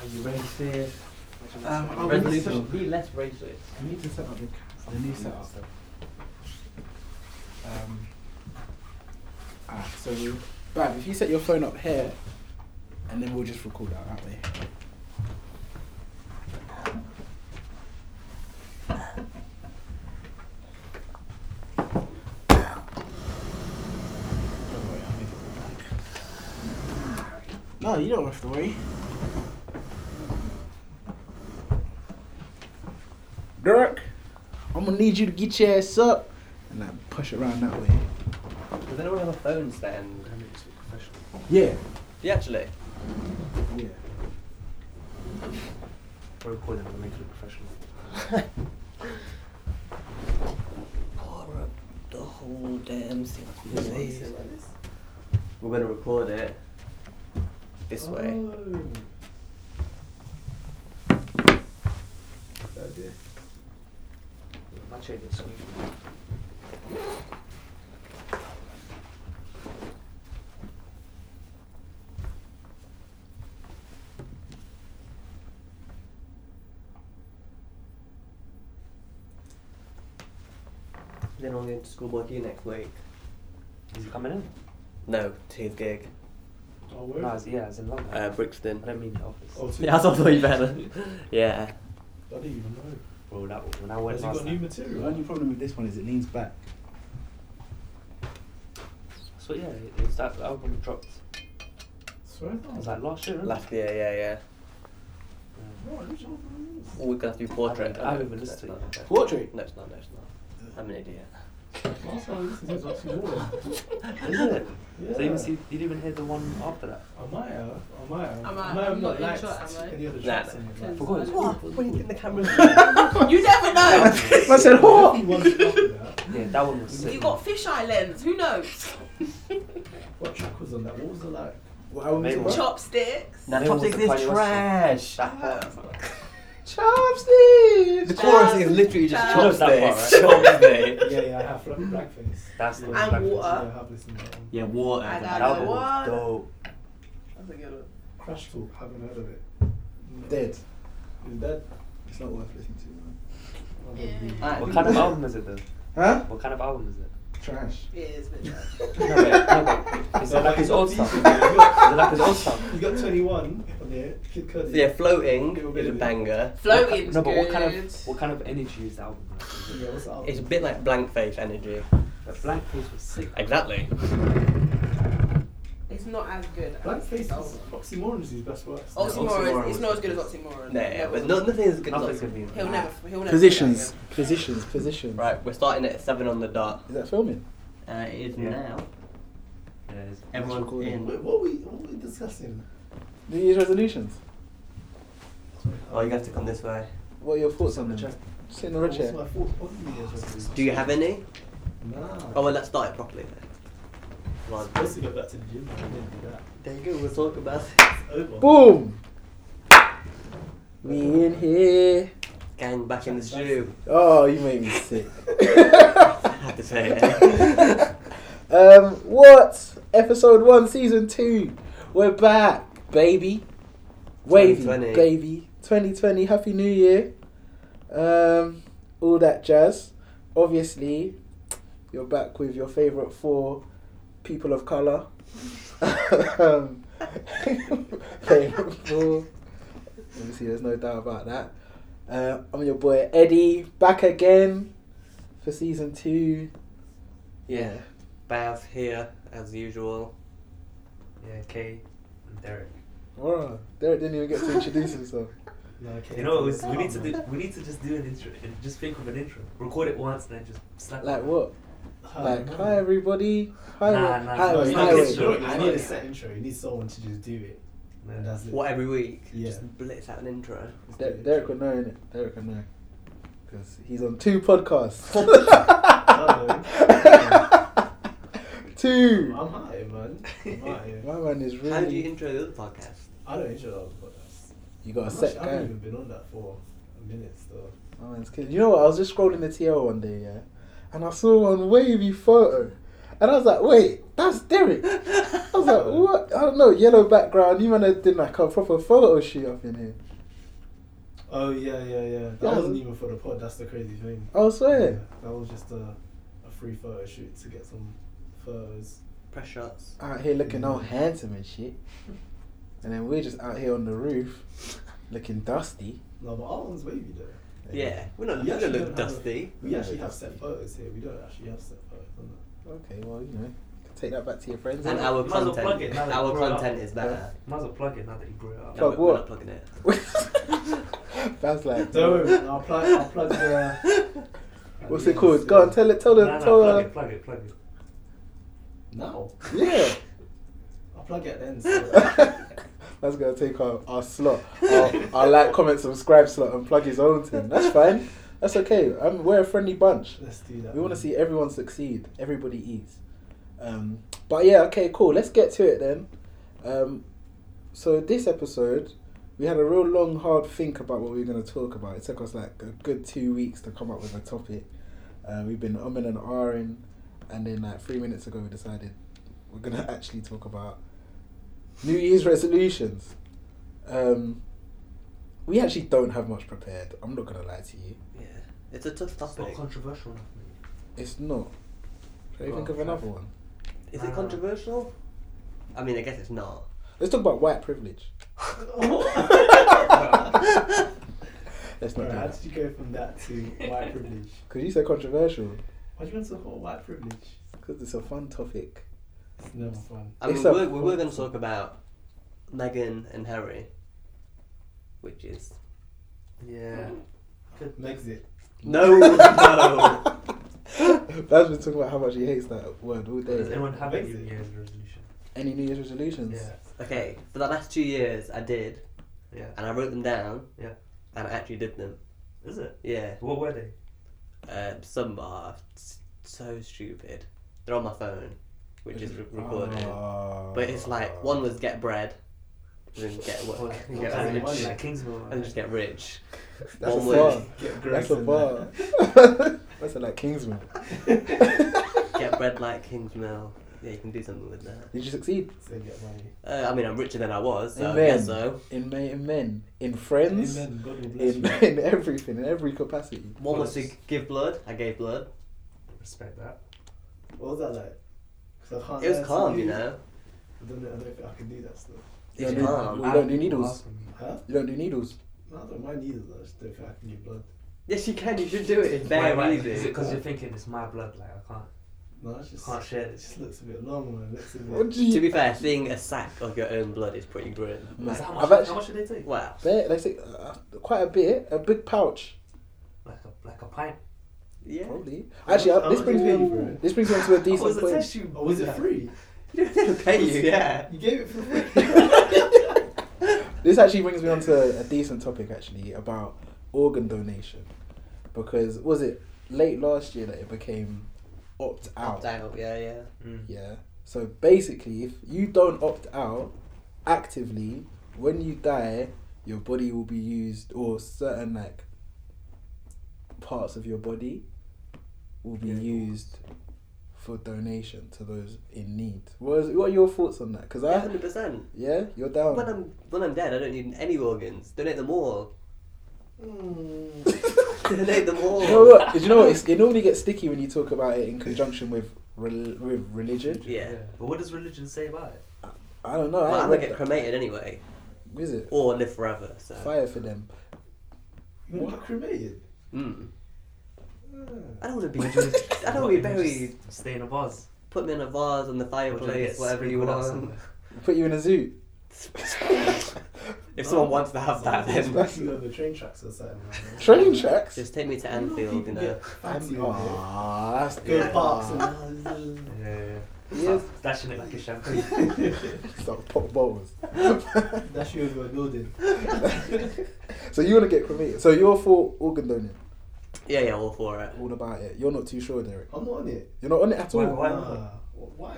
Are you racist? Um, oh, we need to, Resolution. Be less racist. we need to set up the, ca- the new setup. Um, ah, so, Bav, if you set your phone up here, and then we'll just record out that way. Don't worry, I'll make it back. No, you don't have to worry. Dirk, I'm gonna need you to get your ass up and I push around that way. Does anyone have a phone stand? Yeah, Yeah, actually. yeah. We're recording, we're making it professional. The whole damn thing. We're gonna record it this way. Then I'm going to schoolboy D next week. Is he coming in? No, to his gig. Oh, No, it's, yeah, it's in London. Uh, I Brixton. don't mean the office. Oh, Yeah, that's what I thought you better. yeah. I didn't even know. Well, that when I went Has he got last new night. The material? only problem with this one is it leans back. So yeah, it's that album dropped. Swear It was like last year. Last year, yeah, yeah. Oh, we're gonna have to do portrait. I haven't- I haven't even listened to it yet. Portrait? No, it's not, no, it's not. I'm an idiot. Last time I listened to it was actually warm. Is it? So you Yeah. didn't see, you didn't even hear the one after that. I might have. I might have. I might- might have I'm not not liked in shot, am I? any other Nah, tracks nah. in it. Forgot it's What? What do you think the camera's You never know. I said, But what? he wants to copy that. Yeah, that one was sick. you got fisheye lens. Who knows? What track was on that? What was it like? What album is Mate, it? what? Chopsticks. Nah, Then what's Chopsticks the is Kanye West trash. That part. Chopsticks! The chorus is literally just You know that part, chopsticks. Chopsticks. Yeah, yeah, I have fl- blackface. That's the And black- water. Yeah, I have listened to that one. Yeah, water. I That know album was what. dope. That's a good one. Crash Talk, haven't heard of it. No. Dead. Is dead? It's not worth listening to, man. I What think kind of that- album is it though? Huh? What kind of album is it? Trash. It is a bit trash. No, wait, no, wait. Is it like his old stuff? Is it like his old stuff? He's got 21 on here. Kid Cudi. So yeah, floating is a banger. Floating's No, but good. what kind of what kind of energy is the album? Like? Is Yeah, what's up? It's a bit like blank face energy. it- The blackface was sick. Exactly. It's not as good. as- Blackface is Oxymoron is his best work. Oxymoron. It's not as good as Oxymoron. No, yeah, but no, Never. nothing is good. Nothing's Nothing's gonna be. in He'll it. never. He'll never. Positions. Positions. Positions. Right, we're starting at seven on the dot. Is that filming? Uh, it is Yeah. now. Yeah, it's- Everyone's recording. in. Wait, what were we, what were we discussing? New Year's resolutions. Oh, you have to come this way. What are your thoughts on them? Just- Sit in the red What's chair. my thoughts on New Year's resolutions? Do you have any? Nah. Oh, well, let's start it properly then. Come I'm on. supposed to go back to the gym, but I didn't do that. There you go, we'll talk about It's over. Boom! We in here. Gang back in the studio. Oh, you made me sick. I had to say it. Um, what? Episode one, season two. We're back, baby. Wavy, 2020. baby. 2020, happy new year. Um, all that jazz. Obviously, you're back with your favourite four people of colour. um, favourite four. Obviously, there's no doubt about that. Uh, I'm your boy Eddie, back again for season two. yeah, Baz here as usual. Yeah, Kay and Derek. Wow, Derek didn't even get to introduce himself. No, okay. You know, it was, we need to do, we need to just do an intro, and just think of an intro, record it once, and then just slap. Like it. what? Hi, Like man. hi everybody, hi Nah, nah, No, highway, you it's know, not highway. it's- good. you know, I need a Highway. set intro. You need someone to just do it. Yeah. And that's it. What, every week? Yeah. Just blitz out an intro. Der- Derek would know innit? Derek would know because he's on two podcasts. I'm two. high, man. I'm high. My man is really. How do you intro the other podcast? I don't intro those podcasts. You got a I'm set actually- I haven't guy. even been on that for a minute, so. Oh, My man's killing. You know what? I was just scrolling the TL one day, yeah, and I saw one wavy photo, And I was like, wait, that's Derek. I was like, what? I don't know, yellow background. You man did like a proper photo shoot up in here. Oh yeah, yeah, yeah. That Yeah. wasn't even for the pod. That's the crazy thing. I swear. Yeah, that was just a, a free photo shoot to get some photos. Press shots. Out here looking Mm. all handsome and shit. And then we're just out here on the roof looking dusty. No, but our one's wavy though. Yeah, we're not We going to actually don't look have- dusty. We actually have set photos here. We don't actually have set photos. On that. Okay, well, you know, take that back to your friends. And innit? our Might as well plug content, it now that you our brought it up. content is better. Might as well plug it now that you brought it up. Plug no, we're- we're what? not plugging it. That's like, Don't worry, I'll plug. I'll plug the. what's it called? Go on, tell it, tell No, them, no, tell uh, them. plug it, plug it, plug it. Now. Yeah. I'll plug it then. So. That's gonna take our, our slot, our, our like, comment, subscribe slot, and plug his own thing. That's fine. That's okay. i we're a friendly bunch. Let's do that. We want to then. see everyone succeed. Everybody eats. Um, but yeah, okay, cool. Let's get to it then. Um, so this episode, we had a real long, hard think about what we were going to talk about. It took us like a good two weeks to come up with a topic. Uh, we've been umming and ahhing, and then like three minutes ago, we decided we're going to actually talk about New Year's resolutions. Um, we actually don't have much prepared. I'm not going to lie to you. Yeah, it's a tough It's not topic. controversial enough, mate. It's not. Can you Go think on, of another one? Is No, it no. controversial? I mean, I guess it's not. Let's talk about white privilege. Let's not Alright, how do did you go from that to white privilege? Because you said controversial. Why do you want to talk about white privilege? Because it's a fun topic. It's never fun. I mean, It's we a- were, we were going to talk about Meghan and Harry, which is Yeah. Makes it. no, no. That's been talking about how much he hates that word all Does day. anyone have any Amazing. New Year's resolution? Any New Year's resolutions? Yeah. Okay, for the last two years, I did, Yeah. and I wrote them down. Yeah. and I actually did them. Is it? Yeah, What were they? um, some are s- so stupid. They're on my phone, which is re- recorded. Oh. But it's like one was get bread, and then get What- work, what get kind of rich, money? Like Kingsmill, right? and just get rich. That's one a bar. was Get That's Greg's a in bar. there. That's a, like Kingsman. get bread like Kingsmill. Yeah, you can do something with that. Did you succeed? Say get money. Uh, I mean, I'm richer than I was, so Amen. I guess so. In, ma- in men, in friends, Amen. God will bless in, you. in everything, in every capacity. One was to give blood. I gave blood. Respect that. What was that like? 'Cause I can't It was dance calm, with you know. I don't know. I don't think I can do that stuff. You don't, Yeah. do, Um, you don't do needles. Huh? You don't do needles. No, I don't mind either. I just don't think I can give blood. Yes, you can. You should do it. It's Why- very why- easy. Is it because you're thinking it's my blood? Like, I can't, No, it's just. can't share It this. just looks a bit long, man. It looks a What bit. do you? to be fair, seeing a sack of your own blood is pretty grim. Mate, how, I've much, how actually much did they take? Wow. they, they say uh, quite a bit, a big pouch Like a, like a pint. Yeah. probably. Actually, uh, How this much brings did they pay you for me it? this brings me on to a Oh, was decent it point. tissue? Oh, was it free? They didn't pay you. Yeah. You gave it for free. This actually brings me on to a decent topic actually about organ donation, because was it late last year that it became opt out? Opt out. Yeah, yeah. Mm. Yeah. So basically, if you don't opt out actively, when you die, your body will be used, or certain like parts of your body will be Yeah. used for donation to those in need. What, is, what are your thoughts on that? Because I, Hundred percent. yeah, you're down. When I'm when I'm dead, I don't need any organs. Donate them all. Mm. Donate them all. you know what? Do you know what? It's, it normally gets sticky when you talk about it in conjunction with rel- with religion. Yeah. But what does religion say about it? I don't know. Well, I haven't I'm gonna read get that. cremated anyway, Is it or live forever. So. fire for them? You want to get cremated? Mm. Ah. I don't want to be. Would you- I don't what, want to be you just buried. Stay in a vase. Put me in a vase on the Or do get fireplace, whatever you sprinkled out want. somewhere? Put you in a zoo. If someone wants to have that, then you know the train tracks or something. man. Train tracks. just um, take me to You know, Anfield, you people know. get And- fancy with it. Aw, that's Go good. parks and Yeah, yeah, yeah. Yes. Start Dashing it like a champagne. Stop pop bottles. that's your your building. so you want to get cremated. So you're for organ donation. Yeah, yeah, all for it. All about it. You're not too sure, Derek. I'm not on it. You're not on it at Why- all. why not? Nah, wh- why?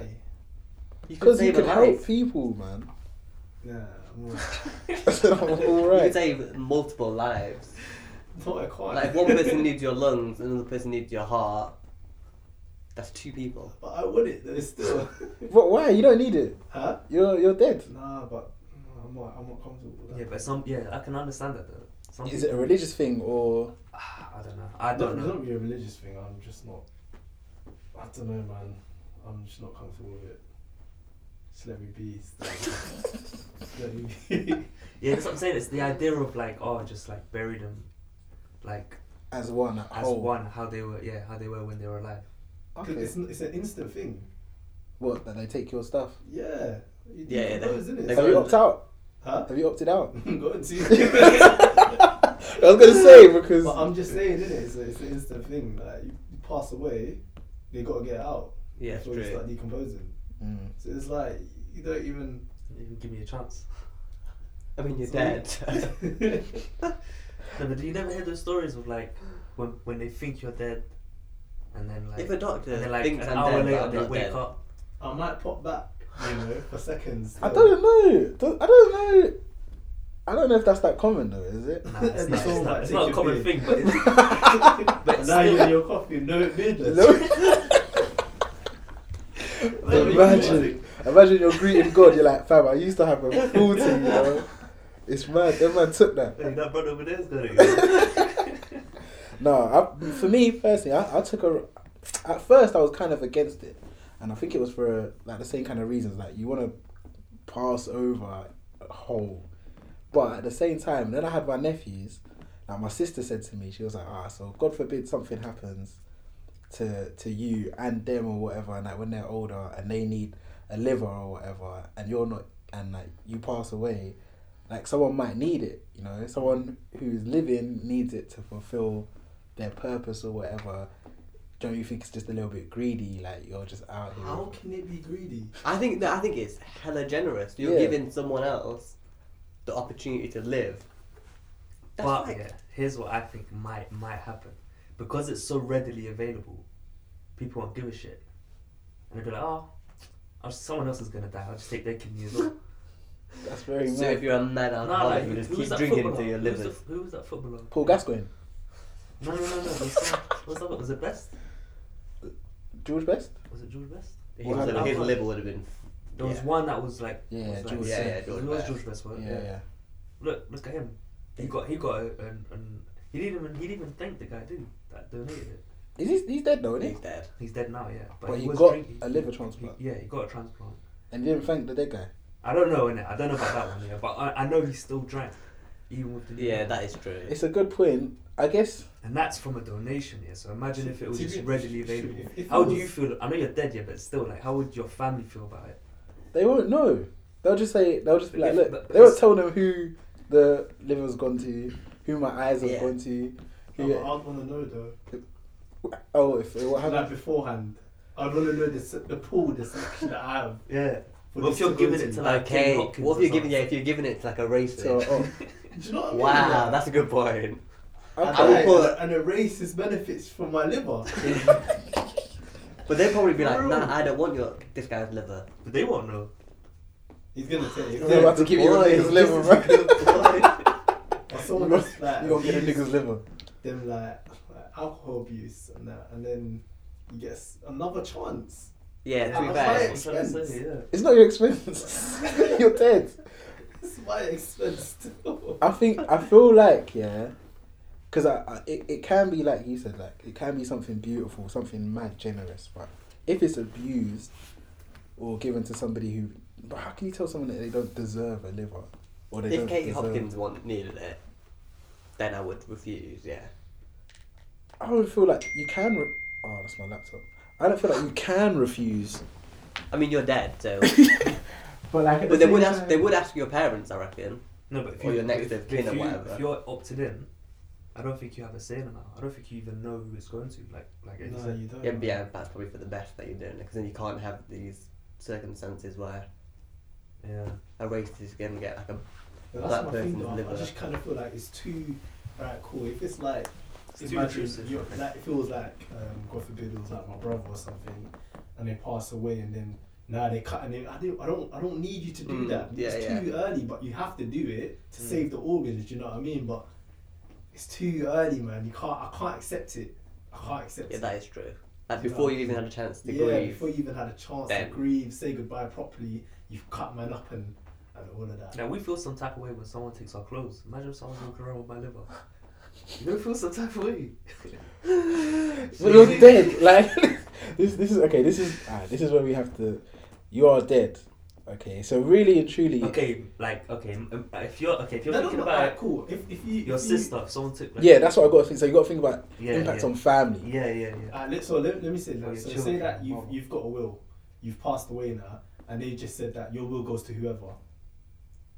You could Because you save a can help life. people, man. Nah, I'm all right. all You could right. save multiple lives. not a choir. Like if one person needs your lungs, another person needs your heart. That's two people. But I would it. There's still. What? Why? You don't need it. huh? You're you're dead. Nah, but no, I'm not. I'm not comfortable with that. Yeah, but some. Yeah, I can understand that though. Some Is it a people- religious thing or? Ah, I don't know. I No, don't It's know. not really a religious thing. I'm just not. I don't know, man. I'm just not comfortable with it. Just let me be. Just let me be. Yeah, that's what I'm saying. It's the idea of like, oh, just like bury them, like As one. At as Oh. whole. one. How they were. Yeah, how they were when they were alive. Okay. It's, n- it's an instant thing. What? That they take your stuff. Yeah. You do Yeah, yeah, they- propose, innit? they Have you go- opted out? Huh? Have you opted out? Go and see. I was gonna say because. But uh, I'm just saying, innit? It's, a, it's an instant thing. Like you, you pass away, they gotta get it out Yeah, it's before you true. start decomposing. Mm. So it's like you don't even. You give me a chance. I mean, you're so- dead. No, but do you never hear those stories of like when when they think you're dead, and then like If a doctor and then, like thinks an I'm hour dead, but later I'm they not wake dead. up. I might pop back, you know, for seconds. um, I don't know. Do- I don't know. I don't know if that's that common though, is it? Nah, it's And not. it's all It's not, like it's not a take common your thing, pill. but it's, but now you're in your coffee, no business. But imagine, imagine you're greeting God. You're like, fam, I used to have a full team, you know. It's mad. That man took that. Hey, that brother over there's gonna. Go. No, I, for me personally, I, I took a. At first, I was kind of against it, and I think it was for like the same kind of reasons. Like you want to pass over a whole, but at the same time, then I had my nephews. Like my sister said to me, she was like, "Ah, so God forbid something happens to to you and them or whatever, and like when they're older and they need a liver or whatever, and you're not, and like you pass away." Like someone might need it, you know. Someone who's living needs it to fulfill their purpose or whatever, don't you think it's just a little bit greedy? Like you're just out here. How can it be greedy? I think that I think it's hella generous. You're Yeah. giving someone else the opportunity to live. That's but like- yeah, here's what I think might might happen, because it's so readily available, people won't give a shit, and they'll be like, oh, oh, someone else is gonna die. I'll just take their kidney as well. That's very So mad. if you're a mad Nah, alcoholic, like, you who, just who was keep that drinking footballer? until your Who was, the, liver. who was that footballer? Paul Gascoigne, No, no, no, no. What's that? What's that? Was it Best? George Best. Was it George Best? His, Well, liver- how- his how- liver would have been. There was Yeah. one that was like Yeah, was like- George Yeah, yeah, Best. George it was Best. George Best, wasn't it? Yeah, yeah. Look, look at him. He got he got a, an, an he didn't even he didn't even thank the guy, did he? That donated it. Is he? He's dead though, isn't He's he? dead. He's dead now, yeah. But he was got drinking- a liver transplant. he- yeah, he got a transplant. And he didn't thank the dead guy. I don't know innit? I don't know about that one, yeah. But I, I know he still drank, even with the liver. Yeah, that is true. It's a good point, I guess. And that's from a donation, yeah. So imagine if it was To just be- readily to be- available. if it how do was- you feel? I know you're dead, yeah, but still, like, how would your family feel about it? They won't know. They'll just say. They'll just be like, If- look. but- but they won't it's- tell them who the liver's gone to, who my eyes have Yeah. gone to. No, Who, oh. but I'd want to know though. oh, if what Like happened? beforehand, I'd want to know the se- the pool, the section that I have. Yeah. for What this if you're go giving it to like okay. Ken What if Hopkins or you're giving? something? Yeah, if you're giving it to like a So, racist. oh, Do you know what I mean? Wow, that's a good point. And, I would I- put- and erase his benefits from my liver. But they'd probably be like, Bro. Nah, I don't want your this guy's liver. But they won't know. He's gonna take They're about it. to keep you on Boy, niggas' liver, this is bro. a good point. Or You someone gonna, else, like, you gonna get a abuse nigga's liver? them like, like alcohol abuse and that, and then you get s- another chance. Yeah, to be Yeah. fair. That's what I'm trying to say, yeah. It's not your expense. You're dead. It's my expense still. I think I feel like yeah, because I, I it, it can be like you said like it can be something beautiful, something mad generous, but if it's abused or given to somebody who, but how can you tell someone that they don't deserve a liver or they If don't Katie deserve- Hopkins wanted needed it, then I would refuse. Yeah. I don't feel like you can. Re- oh, that's my laptop. I don't feel like you can refuse. I mean, you're dead, so. But like, at but the they would same ask. time- They would ask your parents, I reckon. No, but if Or you, your next if, of kin if or you, whatever. If you're opted in, I don't think you have a say in it now. I don't think you even know who it's going to. Like, like it's, No, you don't. Yeah, but yeah, that's probably for the best that you're doing because then you can't have these circumstances where yeah. a racist is gonna get like a. But that's That my thing person's though. liver. I just kind of feel like it's too right. Cool. If it's like, It's it's too intrusive. you like if it was like, um, God forbid, it was like my brother or something, and they pass away, and then now they cut, and they, I don't, I don't, I don't need you to do Mm, that. yeah, it's yeah. Mm. too early, but you have to do it to save the organs. Do you know what I mean? But it's too early, man. You can't. I can't accept it. I can't accept Yeah, it. that is true. Like before you even had a chance to yeah, grieve. before you even had a chance Then. to grieve, say goodbye properly, you've cut man up and, and all of that. Now we feel some type of way when someone takes our clothes. Imagine if someone's walking around with my liver. You're gonna feel some type of way. But you're dead. Like this. This is okay. This is ah, this is where we have to. You are dead. Okay. So really and truly. Okay, like okay, m- if you're okay, if you're No, no, thinking no, about alright, cool. If, if you your if you- sister, if someone took like, Yeah, that's what I got to think. So you got to think about yeah, impact yeah. on family. yeah, yeah, yeah. Uh, let, so let, let me say Or your that. So say children, Oh. that you've, or- you've got a will, you've passed away now, and they just said that your will goes to whoever.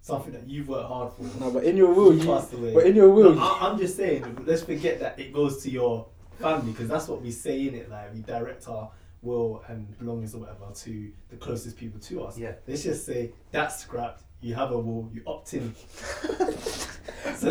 Something that you've worked hard for. No, but in your will, You you. passed away. But in your will, No, I, I'm just saying, let's forget that it goes to your family because that's what we say in it. Like we direct our will and belongings or whatever to the closest people to us. Yeah. Let's just say that's scrapped. You have a will. You opt in. so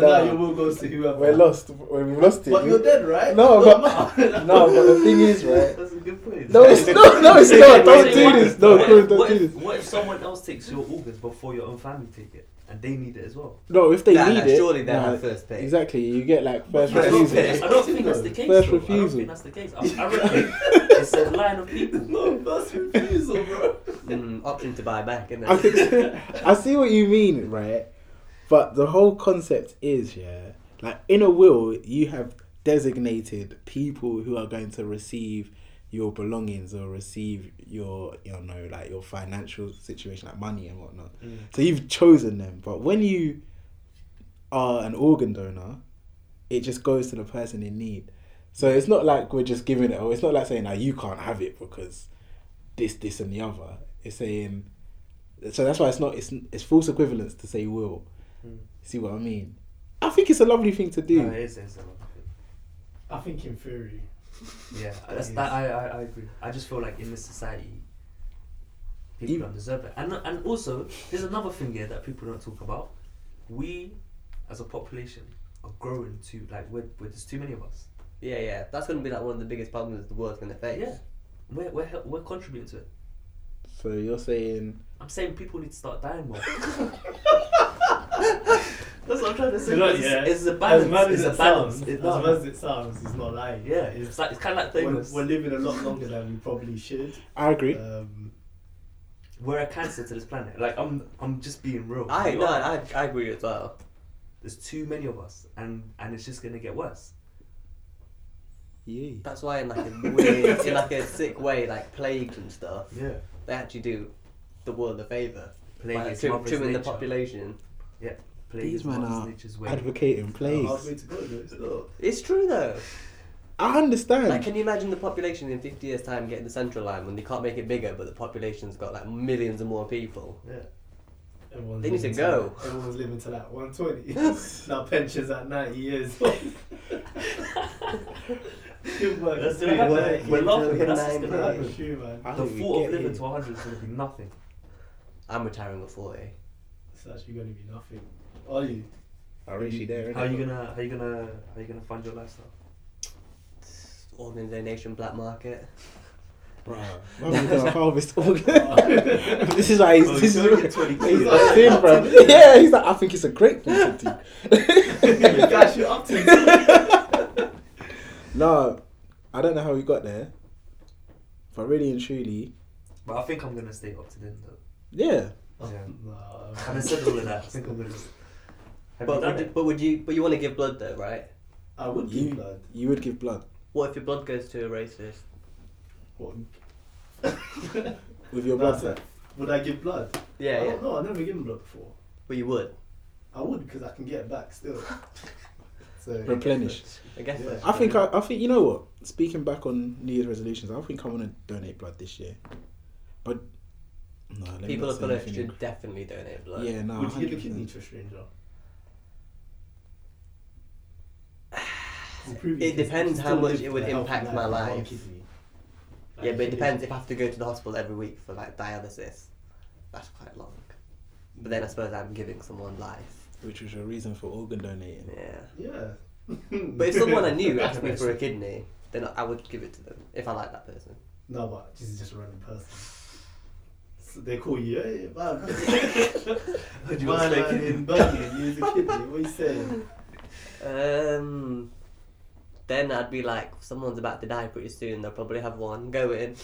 No. now your will goes to you- whoever. we're lost. We're, we've lost it. But We- you're dead, right? No, It but don't matter. no, but the thing is, right? That's a good point. No, it's no, no, it's not. Don't do this. No, what, Chloe, if- what don't do if, this. What if someone else takes your organs before your own family take it, and they need it as well? No, if they Nah, nah, need it, surely they'll nah, have first pick. Exactly, you get like first But I don't, that's refusal. think, I don't think that's the First case. though. I don't refusal. think that's the case. I, I reckon it's a line of people. no, that's refusal, bro. Mm, option to buy back, isn't it? I think- I see what you mean, right? But the whole concept is, yeah, like in a will, you have designated people who are going to receive your belongings or receive your, you know, like your financial situation, like money and whatnot. Mm. So you've chosen them. But when you are an organ donor, it just goes to the person in need. So it's not like we're just giving it, or it's not like saying, "Now you can't have it because this, this, and the other." It's saying, so that's why it's not. It's it's false equivalence to say will. Mm. See what I mean? I think it's a lovely thing to do. No, it is, it is a line of people. I think in theory, Yeah, Uh, that's that. I, I I agree. I just feel like in this society, people You- don't deserve it. And and also, there's another thing here that people don't talk about. We, as a population, are growing to like we're, we're there's too many of us. yeah, yeah. That's going to be like one of the biggest problems the world's going to face. Yeah, we're we're hel- we're contributing to it. So you're saying I'm saying people need to start dying more. That's what I'm trying to say. You know, it's, yeah. it's a as balance. mad as it's a it balance. sounds, It- as no, mad as it sounds, it's not lying. yeah, It's- it's like it's kind of like we're, Thanos. we're living a lot longer than we probably should. I agree. Uh, Um, We're a cancer to this planet. Like I'm, I'm just being real. I We no, are. I, I agree as well. There's too many of us, and and it's just gonna get worse. yeah. That's why in like a weird, in like a sick way, like plagues and stuff, Yeah. they actually do the world a favour by Playing like, his trim, mother's trimming nature. the population. Playing These his men mother's are nature's way. advocating Halfway plays. to go, though. It's not. It's true though. I understand. Like, can you imagine the population in 50 years' time getting the central line when they can't make it bigger, but the population's got like millions and more people? Everyone's They need to living go. That, everyone's living to like 120. now pensions at 90 years. Good work. That's Good gonna work. happen. We're laughing, but that's what's Good gonna work. happen. True, man. I The think we thought of get living it. to 100 is gonna be nothing. I'm retiring at 40. It's actually going to be nothing. Are you? Are we there? How are you gonna? How you gonna? How you gonna fund your lifestyle? Organ donation, black market. Bruh, When we gonna harvest all Oh. This is like Oh, this so is you're like, twenty-two. he's like, "Tim, bruv." Yeah, he's like, I think it's a great thing to do. Guys, you're up to no, I don't know how we got there, but really and truly, But I think I'm gonna stay up to then though. yeah. Yeah. Nah, Having said all of that, I think I'm gonna. Have But you done would, you, it? but would you? But you want to give blood though, right? I would You- give blood. You would give blood What if your blood goes to a racist? What? with your Nah, blood. so- Would I give blood? Yeah, I yeah. don't know. I've never given blood before. But you would. I would because I can get it back still. So Replenish. I guess. Yeah. that's I think true. I, I think you know what. Speaking back on New Year's resolutions, I think I want to donate blood this year, but no, let me people not of say colour anything. should definitely donate blood. Yeah, no. Would you give a 100%. kidney to a stranger? Improve It your kidneys. depends You how still much live it would a healthy impact my with one life. kidney. Like, Yeah, but it if- depends. If I have to go to the hospital every week for like dialysis, that's quite long. But then I suppose I'm giving someone life. Which was your reason for organ donating. Yeah. Yeah. But if someone I knew asked me for a kidney, then I would give it to them if I like that person. No, but this is just a random person. So they call you, hey, man. Would you man, want to man stay in Birmingham, you use a kidney. What are you saying? Um, Then I'd be like, someone's about to die pretty soon. They'll probably have one go in.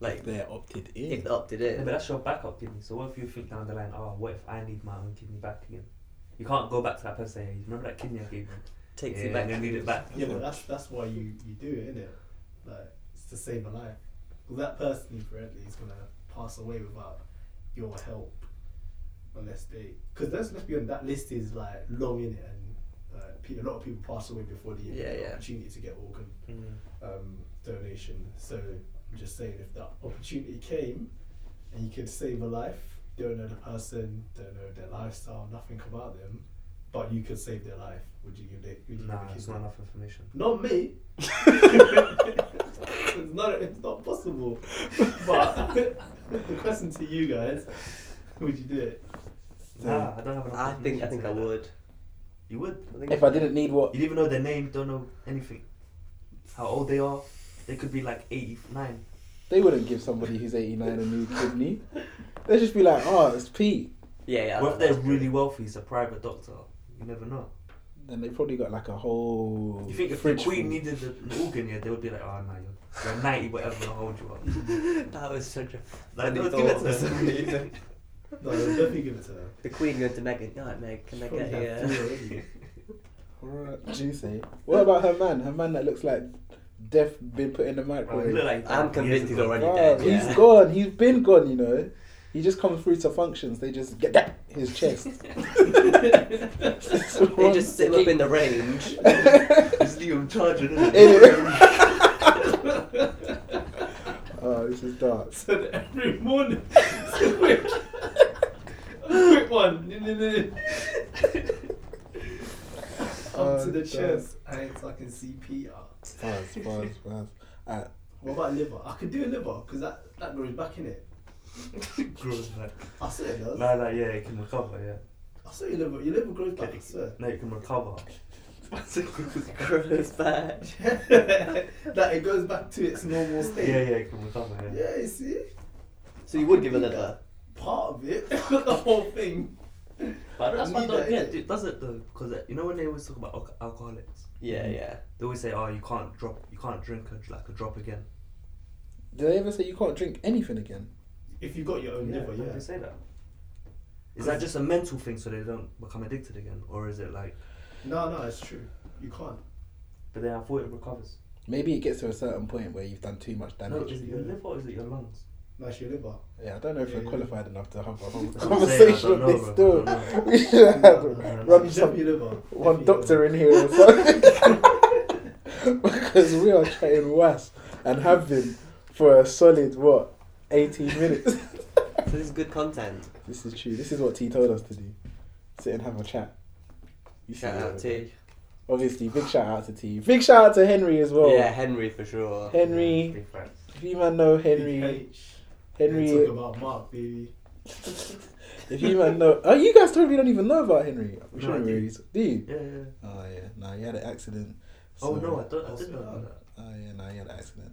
Like like they're opted in. if they opted Yeah, but in. that's your backup kidney. So what if you think down the line, oh, what if I need my own kidney back again? You can't go back to that person. and say, Remember that kidney I gave you? Takes yeah, you back. And I need it back. Yeah, but that's that's why you you do it, innit? Like it's to save a life. Well, that person inherently is gonna pass away without your help, unless they. Because let's let's be honest, that list is like long in it, and uh, pe- a lot of people pass away before the Yeah, yeah. opportunity to get organ Mm. um, donation. So I'm just saying, if that opportunity came, and you could save a life, don't know the person, don't know their lifestyle, nothing about them, but you could save their life. Would you give it? Would you Nah, give it's it? not enough information. Not me. it's not. It's not possible. But the question to you guys: Would you do it? Nah, I don't have enough. I think I information think to I do that. would. You would. I think If I didn't need what? You'd even know their name. Don't know anything. How old they are? They could be like eighty-nine. They wouldn't give somebody who's 89 a new kidney. They'd just be like, oh, it's Pete. Yeah, yeah. I What if think they're that's true. really wealthy? It's a private doctor. You never know. Then they probably got like a whole. You think if the fridge queen full. needed an organ, yeah, they would be like, oh, no, you're, you're 90, whatever, I'll hold you up. That was such a Like, funny don't give it thought. to them. No, I'd definitely give it to her. the queen going to Megan. Right, Meg, can I Probably get have three here? already. Alright, juicy. What about her man? Her man that looks like death been put in the Bro, you microwave. Oh, look like I'm that convinced years he's ago. already Bruh, dead. he's yeah. gone. He's been gone. You know, he just comes through to functions. They just get that his chest. They just sit up in the range. Just leave him charging. innit? Anyway. oh, this is dark. So that every morning, it's a quick, a quick one. No, no, no. Up Oh, to the God. chest. I ain't fucking CPR. Buzz, buzz, buzz. Alright, What about liver? I could do a liver because that that goes back in it. Gross, man. I swear it does. Nah, nah, yeah, it can recover, I swear your liver, your liver grows yeah. back. I swear. No, it can recover. Grows back. that it goes back to its normal yeah, state. yeah, it can recover, yeah. Yeah, you see, So you would give a liver? part of it, not the whole thing. But that's what I Need don't that, get. innit? It doesn't, though, because you know when they always talk about alco- alcoholics? Yeah, yeah. They always say, oh, you can't drop, you can't drink a, like a drop again. did they ever say you can't drink anything again? If you got your own liver, They yeah. say that. Is that just a mental thing so they don't become addicted again? Or is it like, No, no, it's true. You can't. but then I thought it recovers? Maybe it gets to a certain point where you've done too much No, damage. is it your yeah. liver or is it your lungs? No, it's your liver. Yeah, I don't know if Yeah, we're yeah. qualified enough to have a whole That's what I'm saying, I conversation don't on this know, bro, I still. don't We should have No, had no, run no, some, definitely liver. one Definitely doctor liver. in here or something. because we are chatting was and have been for a solid, what, 18 minutes? So this is good content. this is true. This is what T told us to do sit and have a chat. You see Shout it. out to Obviously, big shout out to T. Big shout out to Henry as well. yeah Henry for sure. Henry, Big facts. if you man know Henry, H. Henry, Talk about Mark, baby. if you man know, oh, you guys totally don't even know about Henry. We No, I shouldn't do. really, do you? Yeah, yeah. Oh yeah, no, he had an accident. Oh so- no, I don't. I Oh, didn't so- know that. Oh yeah, no, he had an accident.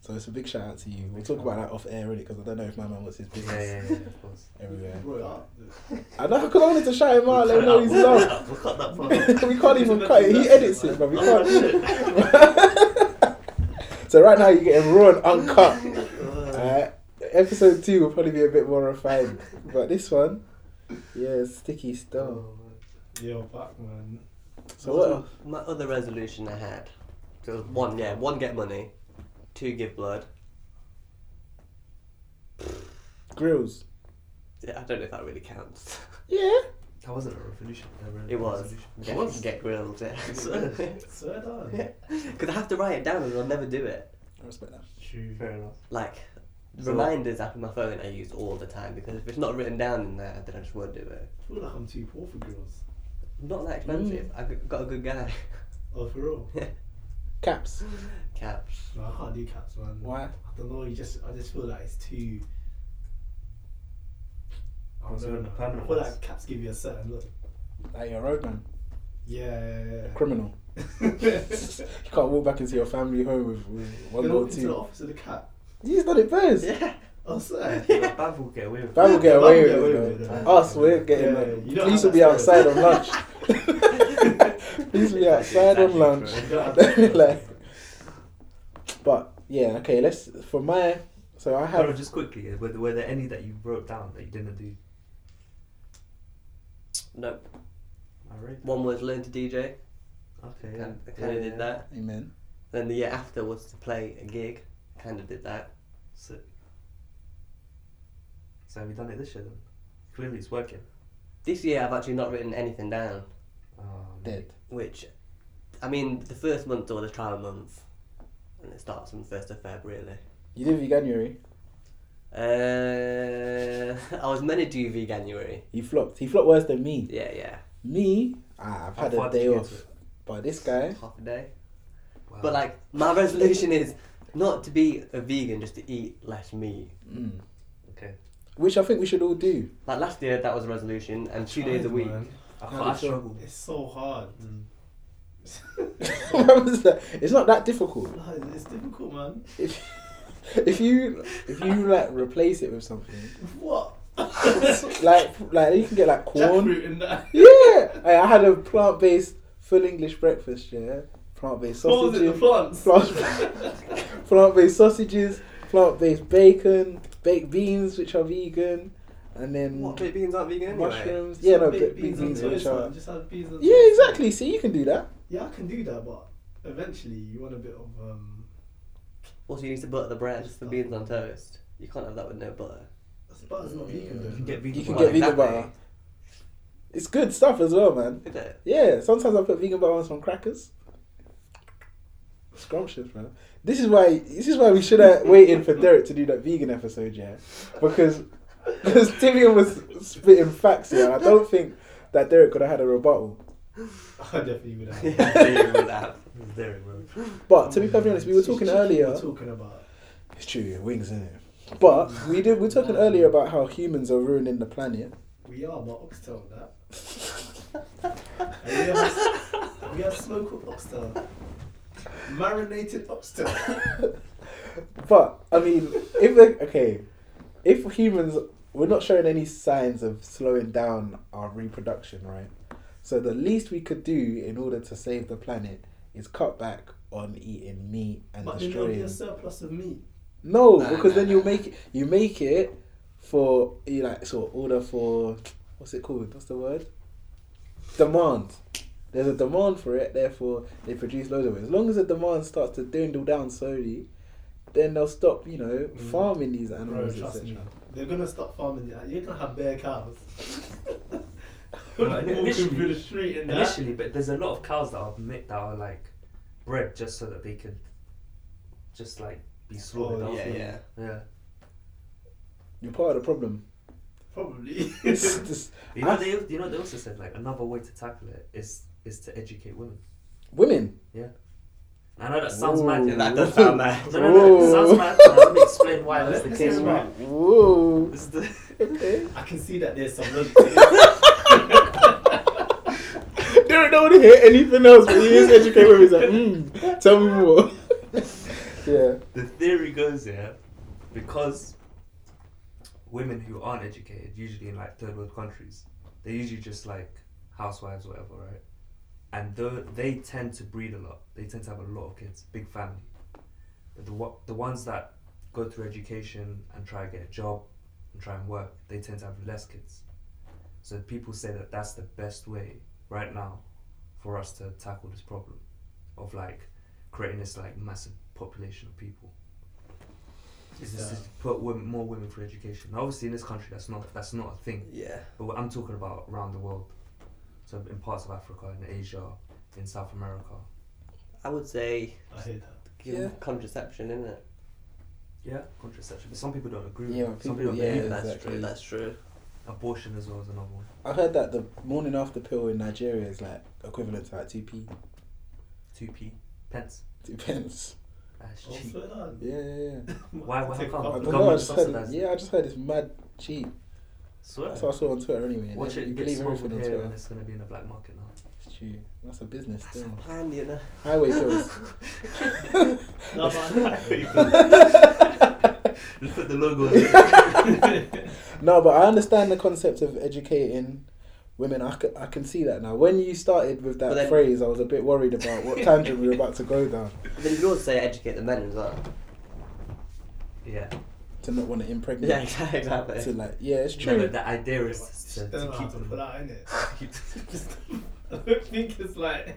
So it's a big shout out to you. We'll talk about that off air really, because I don't know if my man wants his business Yeah, yeah, yeah, of course. everywhere. Bro, I- I know, because I wanted to shout him out, We'll let him know he's cut it loved. out, we'll cut that part out. we can't even cut it. He edits it, but we can't. so right now you're getting raw and uncut. Uh, episode two will probably be a bit more refined, but this one, yeah, sticky stuff. Yo, back, man. So what? else? My other resolution I had. So it was one, yeah, one get money, two give blood. Grills. Yeah, I don't know if that really counts. Yeah. That wasn't a revolution. a re- It was. resolution. Get, It was. get grilled, yeah. Swear down. Because I have to write it down and I'll never do it. I respect that. True. Fair enough. Like, So- reminders app on my phone I use all the time because if it's not written down in there, then I just won't do it. I feel like I'm too poor for girls. Not that expensive. Mm. I g- got a good guy. Oh, for real. Caps. Caps. No, I can't do caps, man. Why? I don't know. You just, I just feel like it's too. I Oh, don't so you're know. in the permanent I feel ones. like caps give you a certain look. Like you're a roadman, Yeah. criminal. You can't walk back into your family home with, with one You're or not into the two. office of the cap. He's done it best. Yeah. I swear. Yeah, Bav will get away with That it. will get That away will get with away it. with though. it. Us, we're getting. Yeah, like, you don't police will have be that outside on spirit. lunch. police will be be outside on lunch. You don't have to- Like- But yeah, okay. Let's for my so I Hold on, have just quickly, were there, were there any that you wrote down that you didn't do? Nope. I read. One was learn to DJ. Okay. Kind yeah. of, kind of Yeah. did that. amen. Then the year after was to play a gig. Kind of did that. Sick. So have you done it this year then? Clearly it's working. This year I've actually not written anything down. Um, Dead. Which, I mean, the first month's or the trial month, and it starts on the 1st of Feb, really. You did veganuary. Uh, I was meant to do veganuary. He flopped. He flopped worse than me. Yeah, yeah. Me, ah, I've How had far a did day you get off. to it? But this guy, Half a day. Wow. But, like, my resolution is not to be a vegan, just to eat less meat. mm, okay. which I think we should all do. Like, last year, that was a resolution, and two days a week. Man, I, how I did you- struggle. It's so hard. Mm. What was that? it's not that difficult. No, it's- it's difficult, man. If if you if you like replace it with something What? like like you can get like corn. Jackfruit in that. Yeah, I, I had a plant based full English breakfast. Yeah, plant based What was it? The sausages, plants. plant based sausages, plant based bacon, baked beans which are vegan, and then What, baked beans aren't vegan? anyway? mushrooms. Yeah, no, Baked baked beans, on toast, which are man. Just have beans on yeah, toast. exactly. See, you can do that. Yeah, I can do that, but eventually you want a bit of um. Also, you need to butter the bread Just for stuff. beans on toast. You can't have that with no butter. Butter's not vegan though. You can get vegan. You can butter. get vegan exactly. butter. It's good stuff as well, man. Is it? Yeah, sometimes I put vegan butter on some crackers. Scrumptious, man. This is why this is why we should have waited for Derek to do that vegan episode, yeah, because because Tivian was spitting facts here. and I don't think that Derek could have had a rebuttal. I definitely would have. Yeah, you would have. There it was. But to be perfectly honest, we were It's talking just what earlier. We're talking about It's true, wings, isn't it? But we did. We are talking earlier about how humans are ruining the planet. we are but oxtail that. And we have we have smoked oxtail, marinated oxtail. But I mean, if the- okay, if humans we're not showing any signs of slowing down our reproduction, right? So the least we could do in order to save the planet is cut back on eating meat and But then there'll be destroying. a surplus of meat. No, Nah, because nah, then you nah. make it, you make it for you like so order for what's it called? What's the word? Demand. There's a demand for it, therefore they produce loads of it. As long as the demand starts to dwindle down slowly, then they'll stop, you know, Mm. farming these Bro, animals, trust me. etc. They're gonna stop farming. it. You're gonna have bare cows. Right, like walking initially- through the street and that. Initially, but there's a lot of cows that are mi- that are like bred just so that they can just like be slaughtered. Oh, Yeah, after. yeah. yeah. You're part of the problem. Probably. It's just- You know, they you know they also said like another way to tackle it is is to educate women. women. I know that sounds mad. Ooh. Yeah, yeah. that does sound bad. No, no, no, it sounds mad. but Let me explain why No, that's the let's case, hear right? Whoa. This is the Okay. I can see that there's some logic. to it. Derek don't want to hear anything else, but he is educated women. He's like, mm, tell me more. yeah. the theory goes yeah, because women who aren't educated, usually in like third world countries, they're usually just like housewives or whatever, right? And though they tend to breed a lot, they tend to have a lot of kids, big family. But the wa- the ones that go through education and try to get a job and try and work, they tend to have less kids. So people say that that's the best way right now for us to tackle this problem of like creating this like massive population of people. Is Just, just uh, to put women, more women through education. Now, obviously, in this country, that's not that's not a thing. Yeah. But what I'm talking about around the world, so in parts of Africa, in Asia, in South America. I would say I hear that. give Yeah. contraception, isn't it? Yeah, contraception. But some people don't agree. Yeah, with it. some people- people yeah, don't believe in that. that's exactly. true. That's true. Abortion as well is another one. I heard that the morning after pill in Nigeria is like equivalent to like two p, Two p pence. two pence. That's Oh, cheap. slow down. Yeah, yeah. yeah. Why- why Take a I can't- don't couple of- know. I government just heard. It, subsidised it. yeah, I just heard it's mad cheap. Swear. That's what I saw on Twitter anyway. and Watch then it you get believe smoked everything on here, and Twitter. it's gonna be in the black market now. It's true. That's a business That's thing. a plan, you know. Highway pills. No, Look at the logo. on it. No, but I understand the concept of educating women. I can, I can see that now. When you started with that But then- phrase, I was a bit worried about what tangent we were about to go down But then you could also say educate the men as well. Yeah. to not want to impregnate. Yeah, exactly. exactly. To like, yeah, it's No, true. but the idea is to, Doesn't know to how keep to pull them. out in it. keep them- I don't think it's like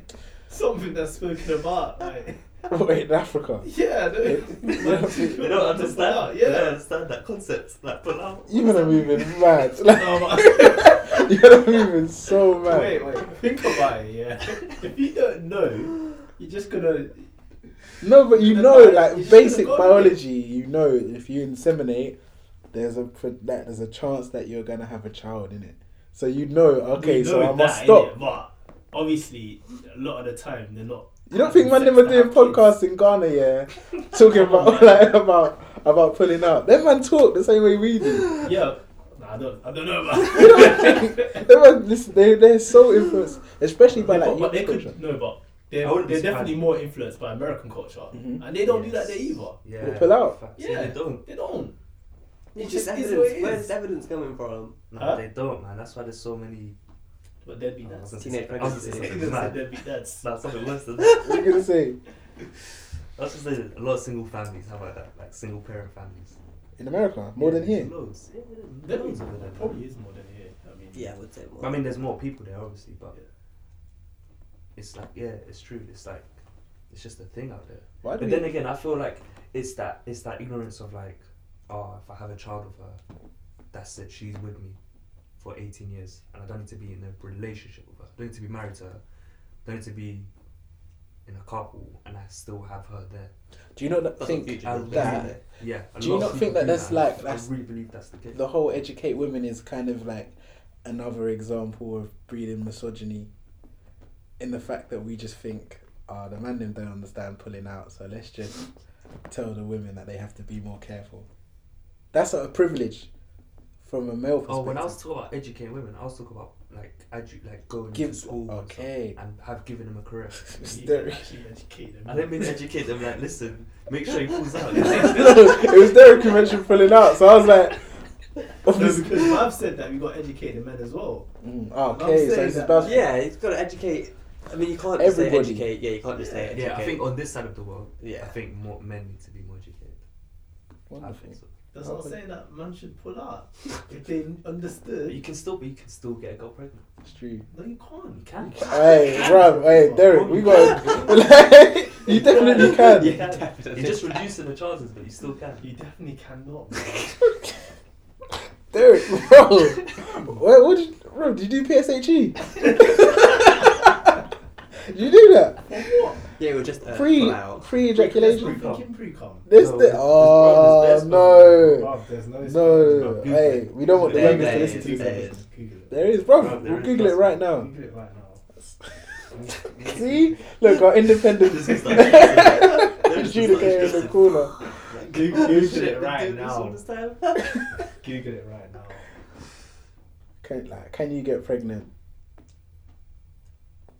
something that's spoken about. Like, Wait, in Africa. yeah, I don't, they don't understand. They don't Yeah. understand that concept. Like pull out. You're gonna move in mad. Like, No, but- you're gonna move in so mad. Wait, wait. Think about it. Yeah. if you don't know, you're just gonna. No, but you The know, bi- you like should've basic gone biology, you know, if you inseminate, there's a pro- that there's a chance that you're gonna have a child in it. So you know, okay, we so know I must that, stop. innit? But obviously, a lot of the time they're not. You don't think man them are Sex to doing have kids. podcasts in Ghana, yeah, talking Come on, about like about about pulling out. Them man talk the same way we do. Yeah. Nah, I don't. I don't know You don't think- about. them man, listen, they they're so influenced, especially by Yeah, like but, but they youth culture. could no, but I they're, wouldn't be they're surprised. Mm-hmm. definitely more influenced by American culture, Mhm. and they don't do that Yes. there either. Yeah. They pull out. facts. Yeah, They don't. They don't. It Where's just is evidence- what it Where's is. evidence coming from? No, Huh? they don't, man. That's why there's so many. But they'd be I was nuts. gonna Teenage say- I was gonna say pregnancy. something mad. They'd be nuts. No, something worse than that. What are you gonna say I was just saying, a lot of single families. How about that? Like single parent families. in America more than Yeah, here? Loads. Yeah, There there's loads over there. probably is more than here. I mean, Yeah, I would say more. I mean, there's more people there, obviously, but Yeah. it's like, yeah, it's true. It's like, it's just a thing out there. Why do But we- then again, I feel like it's that it's that ignorance of like, oh, if I have a child with her, that's it. She's with me for 18 years, and I don't need to be in a relationship with her. I don't need to be married to her. don't need to be in a couple, and I still have her there. do you not think future, I that? really- Yeah. a Do you lot of not think people that do that's like- that's I really believe that's the case. the whole educate women is kind of like another example of breeding misogyny in the fact that we just think oh the man them don't understand pulling out so let's just tell the women that they have to be more careful that's a privilege from a male perspective Oh, when I was talking about educating women, I was talking about like edu- like going to Give- school and stuff okay. and have given them a career. you It's can Derek. actually educate them. I didn't mean educate them like listen, make sure he pulls out. it was Derek who mentioned pulling out so I was like No, because I've said that we got to educate the men as well. Mm, I'm okay saying so it's that- about yeah, it's got to educate. I mean, you can't just Everybody. say educate. Yeah, you can't just say educate. yeah, I think on this side of the world, Yeah. I think more men need to be more educated. I wonderful think so. That's not saying that man should pull out if they But you understood. can still, but you can still get a girl pregnant. it's true No, you You can't. can. hey bruv hey Derek we got you definitely can You Yeah, can. definitely. You're just reducing the chances, but you still can. You definitely cannot. Derek, bro, what, what did, bro, did you do PSHE? did E? you do that? For what? Yeah, we're just uh, Pre, pull out. pre Pre- ejaculation. E. Pre-cum. Thinking pre-cum. This, No, the, it's- it's bro, oh it's best, no, Bruv, there's no. no, Google hey, it. we don't want the There youngest to it listen to is, there this. it is. Google it. There is, bro. Bro, there We'll is, Google it trust right now. Google it right now. See, look, our independent This is like- There's just adjudicator like- in the corner. Google, Google Shit, it we do right this all now. this time. Google it right now. Can, like, can you get pregnant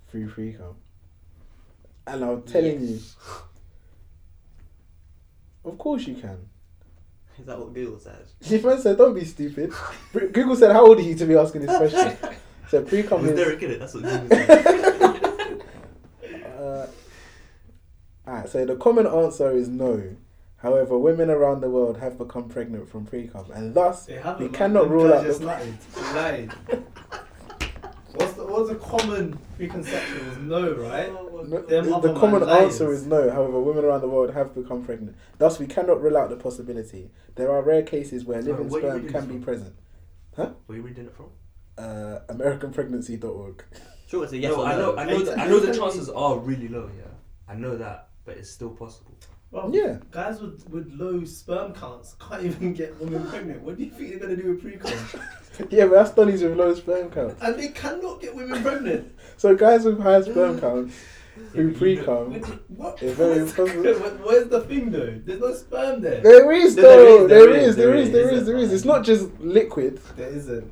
through pre-cum? And I'm telling you, of course you can. Is that what Google says? Your friend said, "Don't be stupid." Pre- Google said, "How old are you to be asking this question?" So pre-cum With is. Derek in it, that's what Google said. Uh, Alright, so the common answer is no. However, women around the world have become pregnant from pre-cum, and thus They haven't. we man. cannot Them rule guys out Just the. lied. They lied. What's the what's the common preconception? Was no, right? No, Them the other the common man liars. answer is no. However, women around the world have become pregnant. Thus, we cannot rule out the possibility. There are rare cases where Sorry, living what are you sperm reading can from? be present. Where are you reading it from? Uh, AmericanPregnancy.org. Sure, it's a yes no, or I know, no. I know, the, I know the chances are really low. Yeah, I know that, but it's still possible. Well, Yeah. Guys with with low sperm counts can't even get women pregnant. What do you think they're gonna do with pre-cum? yeah, but that's studies with low sperm count. and they cannot get women pregnant. So guys with high sperm counts who but you pre know- cum. What? what- It's very what's- impossible. what- Where's the thing though? There's no sperm there. There is No, there though. There is, is. There is. There is. isn't, There is. man. It's not just liquid. There isn't.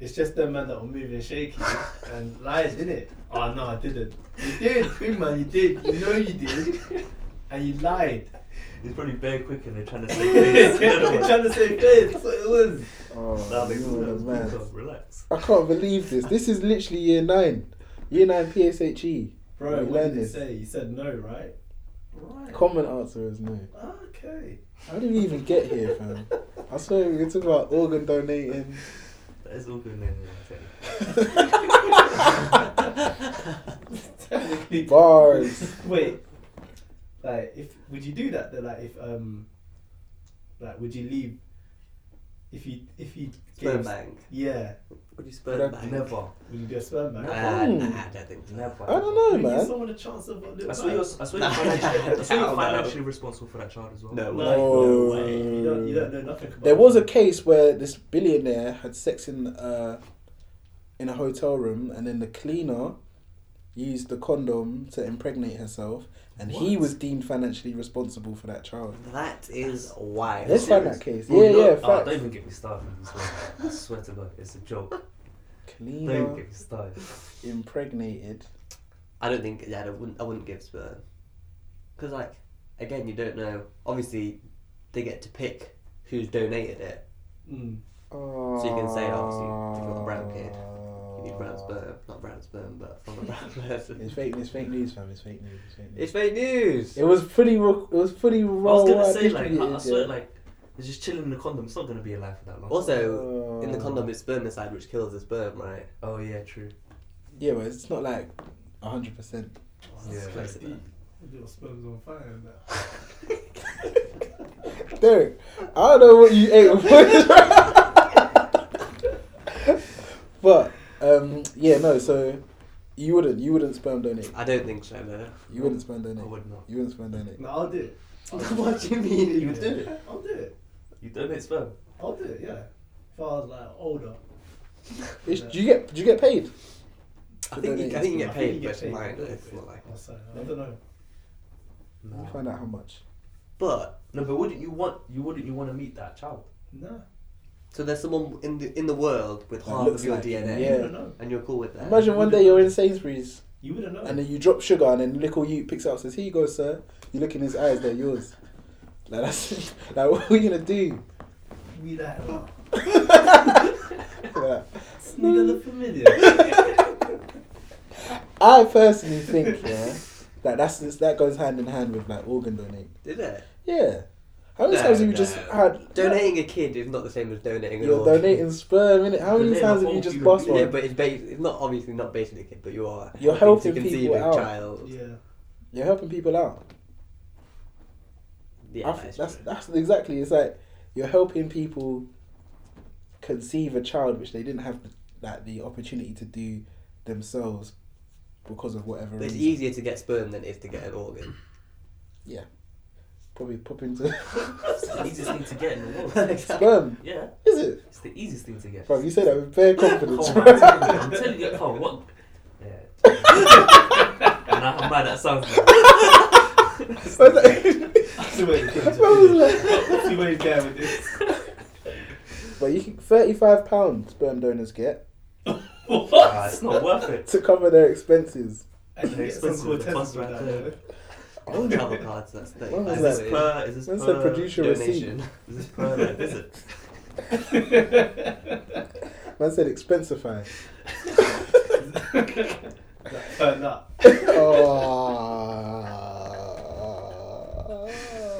It's just them man that were moving shaky and lies, innit? Oh no, I didn't. You did, big man, you did. You know you did. And you lied. He's probably bare quick and they're trying to save face. Trying to save face. That's what it was. Oh, Nah, they Lord, cool. man. Relax. I can't believe this. This is literally year nine. Year nine PSHE. Bro, You what learn did you this. say? You said no, right? Right. Common answer is no. Okay. How did we even get here, fam? I swear we were talking about organ donating. That is all good. Then, yeah, Technically- Bars. Wait, like if would you do that? Though? Like if um, like would you leave? If you if you Sperm bank. yeah, Would Would you I- sperm bank? Never. would you do a sperm Nah, bank? nah, Hmm. I don't think so. Never. I don't know, Would you give man. someone a chance of a little I swear you're, I swear you're, Nah. financially, I swear Hell you're no. financially responsible for that child as well. No No, way. No. No way. You don't, you don't know nothing about. There was a it. case where this billionaire had sex in uh, in a hotel room, and then the cleaner used the condom to impregnate herself, and he What? was deemed financially responsible for that child. That is wild. Let's find that case. Yeah, no, yeah, uh, oh, facts. don't even get me started. on this one. I swear to God, it's a joke. Don't even Cleaner get me started. impregnated. I don't think. Yeah, I wouldn't. I wouldn't give sperm. Because like, again, you don't know. Obviously, they get to pick who's donated it. Mm. So you can say, oh, so you- you've got a brown kid, You need brown sperm, not brown sperm, but from a brown person. Uh. It's fake. It's fake news, fam. It's fake news. It's fake news. It's fake news. it was pretty. ro- It was pretty. I was worldwide gonna say like, I, I distributed, swear yeah. like, it's just chilling in the condom. It's not gonna be alive for that long. Also, in the Uh, condom, it's spermicide, which kills the sperm, right? Oh yeah, true. Yeah, but it's not like hundred percent. Yeah. Close enough. Your sperm's on fire and that. Derek, I don't know what you ate, but um, yeah, no. So you wouldn't, you wouldn't sperm donate. I don't think so. No. You wouldn't sperm I donate. would not. You wouldn't sperm donate. No, I'll do it. what do you mean? You would do it? I'll do it. You donate sperm. I'll do it. Yeah. If I was like older, It's, do you get? Do you get paid? I think you, I think you get I think paid, you but get it's paid. minor. It's not like. I'll say I don't know. Let me No. find out how much. But No, but wouldn't you want? You wouldn't you want to meet that child? Nah, so there's someone in the in the world with That half looks of your like him, DNA, you Yeah. wouldn't know. and you're cool with that. Imagine one day you're in Sainsbury's You wouldn't know. and then you drop sugar and then little you picks it up says, "Here you go, sir." You look in his eyes, they're yours. Like that's like what are we gonna do? We like, oh, Like, it's neither the familiar. I personally think yeah, that that's that goes hand in hand with like organ donate. Did it? Yeah. How many No, times have you no. just had Donating a kid is not the same as donating. an You're organ. donating sperm, innit? How many times Donating a have you whole just human bust being. Yeah, one? but it's based. It's not obviously not basically a kid, but you are. You're helping to conceive people a out. child. Yeah, yeah. You're helping people out. I that th- is that's true. that's exactly. It's like you're helping people conceive a child, which they didn't have like the opportunity to do themselves because of whatever. But it's reason. easier to get sperm than it is to get an organ. Probably pop into It's the easiest thing to get in the world. sperm. Yeah, Is it? it's the easiest thing to get. Bro, you say that with bare Come confidence. on, I'm telling you, I'm telling you, come on, what? Yeah. and I'm mad at something. See where he's was going. See where he's going with this. but you can, thirty-five pounds sperm donors get Nah, it's not worth it. to cover their expenses. And you They're get some expensive, cool the test bus with right that, there. though. It's on travel cards. That's thirty. What was Is Is this this per- per? Is this When's per the producer receipt? donation? Is this per like, visit? Man said expensify. Like, Turn up. Ah. oh.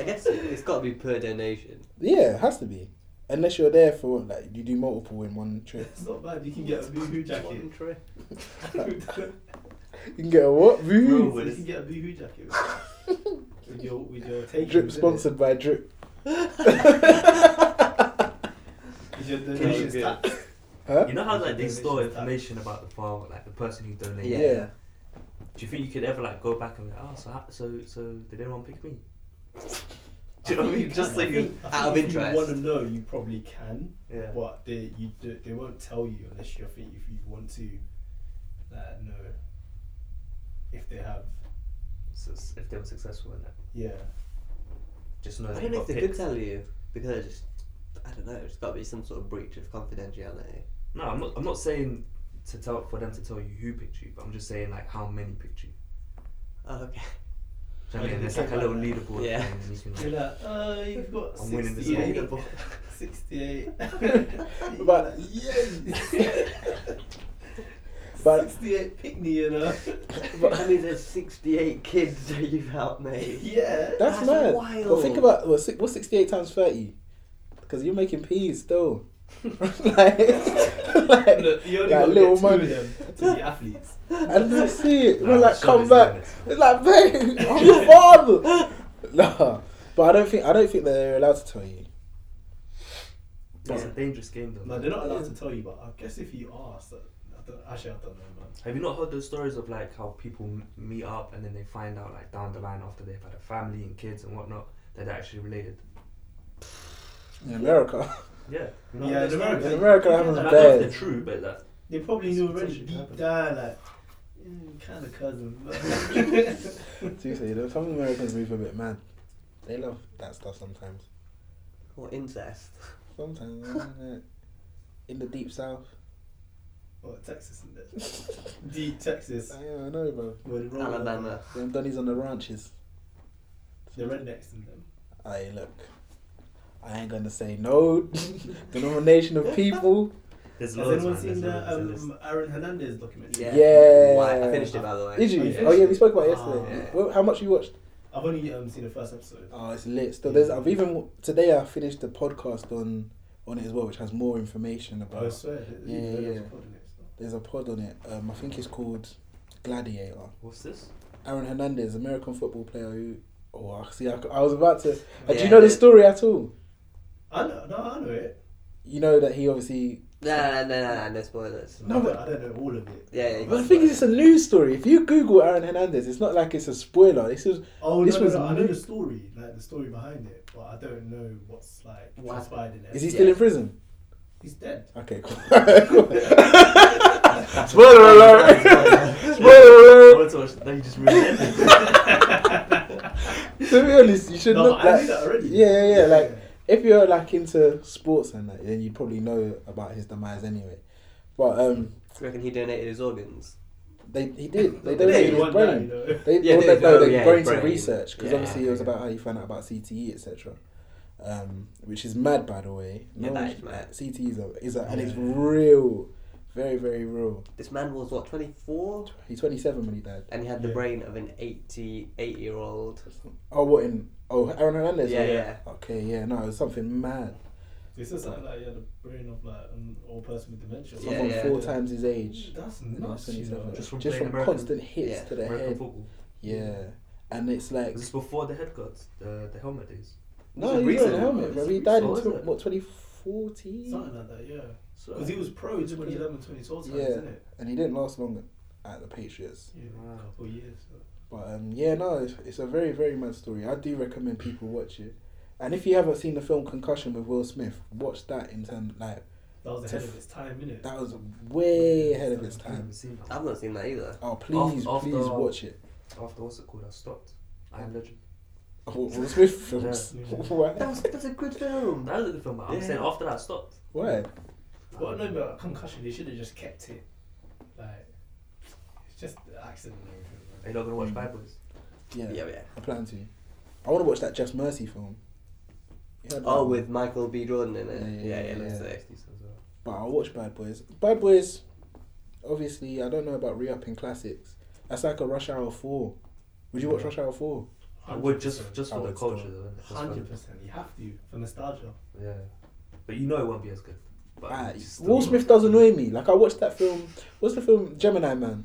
I guess it- it's got to be per donation. Yeah, it has to be. Unless you're there for like you do multiple in one trip. It's not bad. You can get a boohoo jacket. You can get a what? Bro, Woo! what you is- can get a boohoo jacket with your with your take. Drip sponsored by Drip. With your you donations do- tax. Huh? You know how like they Donations store tab. information about the father, like the person who donated. Yeah. Yeah. Do you think you could ever like go back and be like, oh, so how- so so did anyone pick me? Do you know what I mean? Just so I you. think- I out of think if You want to interest. know? You probably can. Yeah. But they you do, they won't tell you unless you think if you want to uh, know if they have So s- if they were successful in that, yeah just know. I that don't you know if got they could picked. tell you because it's- I don't know. It's got to be some sort of breach of confidentiality. No, I'm not. I'm not saying to tell for them to tell you who picked you, but I'm just saying like how many picked you. Oh, okay. Do Do you know what I mean? There's like a little leaderboard Yeah. thing, and you can You're like, like, uh, you've got I'm winning this 68. leaderboard. 68. But- yeah. But- 68 Pickney, you know. I mean, there's 68 kids that you've helped mate. yeah. That's, That's mad. wild. Well, think about well, si- what's sixty-eight times thirty? Because you're making peas still. like, like, Look, you only like little got little two money, of them to be athletes. and that's it. Nah, We're like, Sean come is back. doing this. It's like, babe, I'm your father. nah, but I don't think I don't think they're allowed to tell you. That's a dangerous game though. No, they're not allowed to tell you, but I guess if you ask, uh, I don't, actually, I don't know, man. Have you not heard those stories of like how people m- meet up and then they find out like down the line after they've had a family and kids and whatnot that they're actually related? In America, Yeah. Yeah, in America. in America, I haven't And I don't know if they're bad. true, but like, They probably knew It's already potentially deep happened. down, like, mm, kind of cousin. but- Do say though, some Americans move a bit mad. They love that stuff sometimes. What incest? Sometimes innit? in the deep south. oh, Texas, isn't it? Deep Texas. Yeah, I know, bro. Where the roll- Alabama. Them Donnies on the ranches. The rednecks in them. Hey, look, I ain't gonna say no. Denomination of people. there's Has loads. anyone man, there's seen the loads, there's um, Aaron Hernandez documentary? Yeah. Yeah. Why? I finished it by the way. Did you? Oh, yeah. Oh yeah, we spoke about it yesterday. Ah. Well, How much you watched? I've only um, seen the first episode. Oh, it's lit. Still, there's. I've even today. I finished the podcast on on it as well, which has more information I about. swear. that- Yeah, that yeah, was yeah. put in it, so. There's a pod on it. Um, I think it's called Gladiator. What's this? Aaron Hernandez, American football player who. Oh, I see, I, I was about to. Uh, do Yeah, you know this the- story at all? I know, no, I know it. You know that he obviously. No, no, no, no, no, no spoilers. No, No, I but- don't, I don't know all of it. Yeah, yeah, But the thing is, it's a news story. If you Google Aaron Hernandez, it's not like it's a spoiler. It's just Oh this no, was no, no, I know new. the story, like the story behind it, but I don't know what's like What? transpired in it. Is he still Yeah. in prison? He's dead. Okay, cool. Spoiler alert! Spoiler I alert! want to watch. Now you just ruined it. To be honest, you should No, look but I like, knew that already. Yeah, yeah, yeah. Like if you're like into sports and that, then you probably know about his demise anyway. But um, Do you reckon he donated his organs? they he did. They They donated did his one day, brain. you know. They Yeah, well, they, no, they- oh, they're yeah, going to brain. research because Yeah, obviously it was yeah. about how you found out about CTE, etc. Um, which is mad, by the way. Yeah, that one is should- mad. CTE E is a, is a and it's Yeah. real, very very real. This man was what 24, He's 27 when he died. and he had the Yeah. brain of an 88 year old. Oh, what in? Oh, Aaron Hernandez. Yeah, yeah. Okay, yeah, no, it was something mad. This is something like yeah, the brain of like an old person with dementia. Yeah, Someone yeah. four times his age. That's and he's nuts. You 27. know. Just Just from from, playing American- constant hits Yeah, to the American head. football. Yeah, and it's like This is before the head guards, the the helmet days. no, he was on It's a reason. the helmet. It's bro. a He reason. died in Oh, is tw- it? what 2014, Something like that, yeah. So Because he was pro Just put it- 2011, 2012 times, Yeah. isn't it? and he didn't last long at the Patriots. Yeah, Wow. a couple of years. So. But um, yeah, no, it's, it's a very, very mad story. I do recommend people watch it. And if you haven't seen the film Concussion with Will Smith, watch that in turn. Like That was To ahead f- of its time, innit? that was way ahead of its I haven't time. seen that. I've not seen that either. Oh please, Off- off please the- watch it. After what's it called? I stopped. I am Legend. Oh, Will Smith films. Yeah. That Why? was that's a good Hmm. film. That was a good film. But I'm Yeah. saying after that I stopped. Why? Well, no, but concussion, they should have just kept it. Like, it's just the accident and everything. Are you not gonna Hmm. watch Bad Boys? Yeah, Yeah, yeah. I plan to. I want to watch that Just Mercy film. You heard that Oh, one? with Michael B. Jordan in it. Um, Yeah, Yeah, yeah, yeah, let's yeah. see. That's decent as well. But I'll watch Bad Boys. Bad Boys, obviously, I don't know about re upping classics. That's like a Rush Hour 4. Would you watch Rush Hour 4? I would just just I for the would culture still. though. innit? Just for- Hundred percent, you have to for nostalgia. Yeah, but you know it won't be as good. But Ah, you still Will want- Smith does annoy me. Like, I watched that film. What's the film? Gemini Man.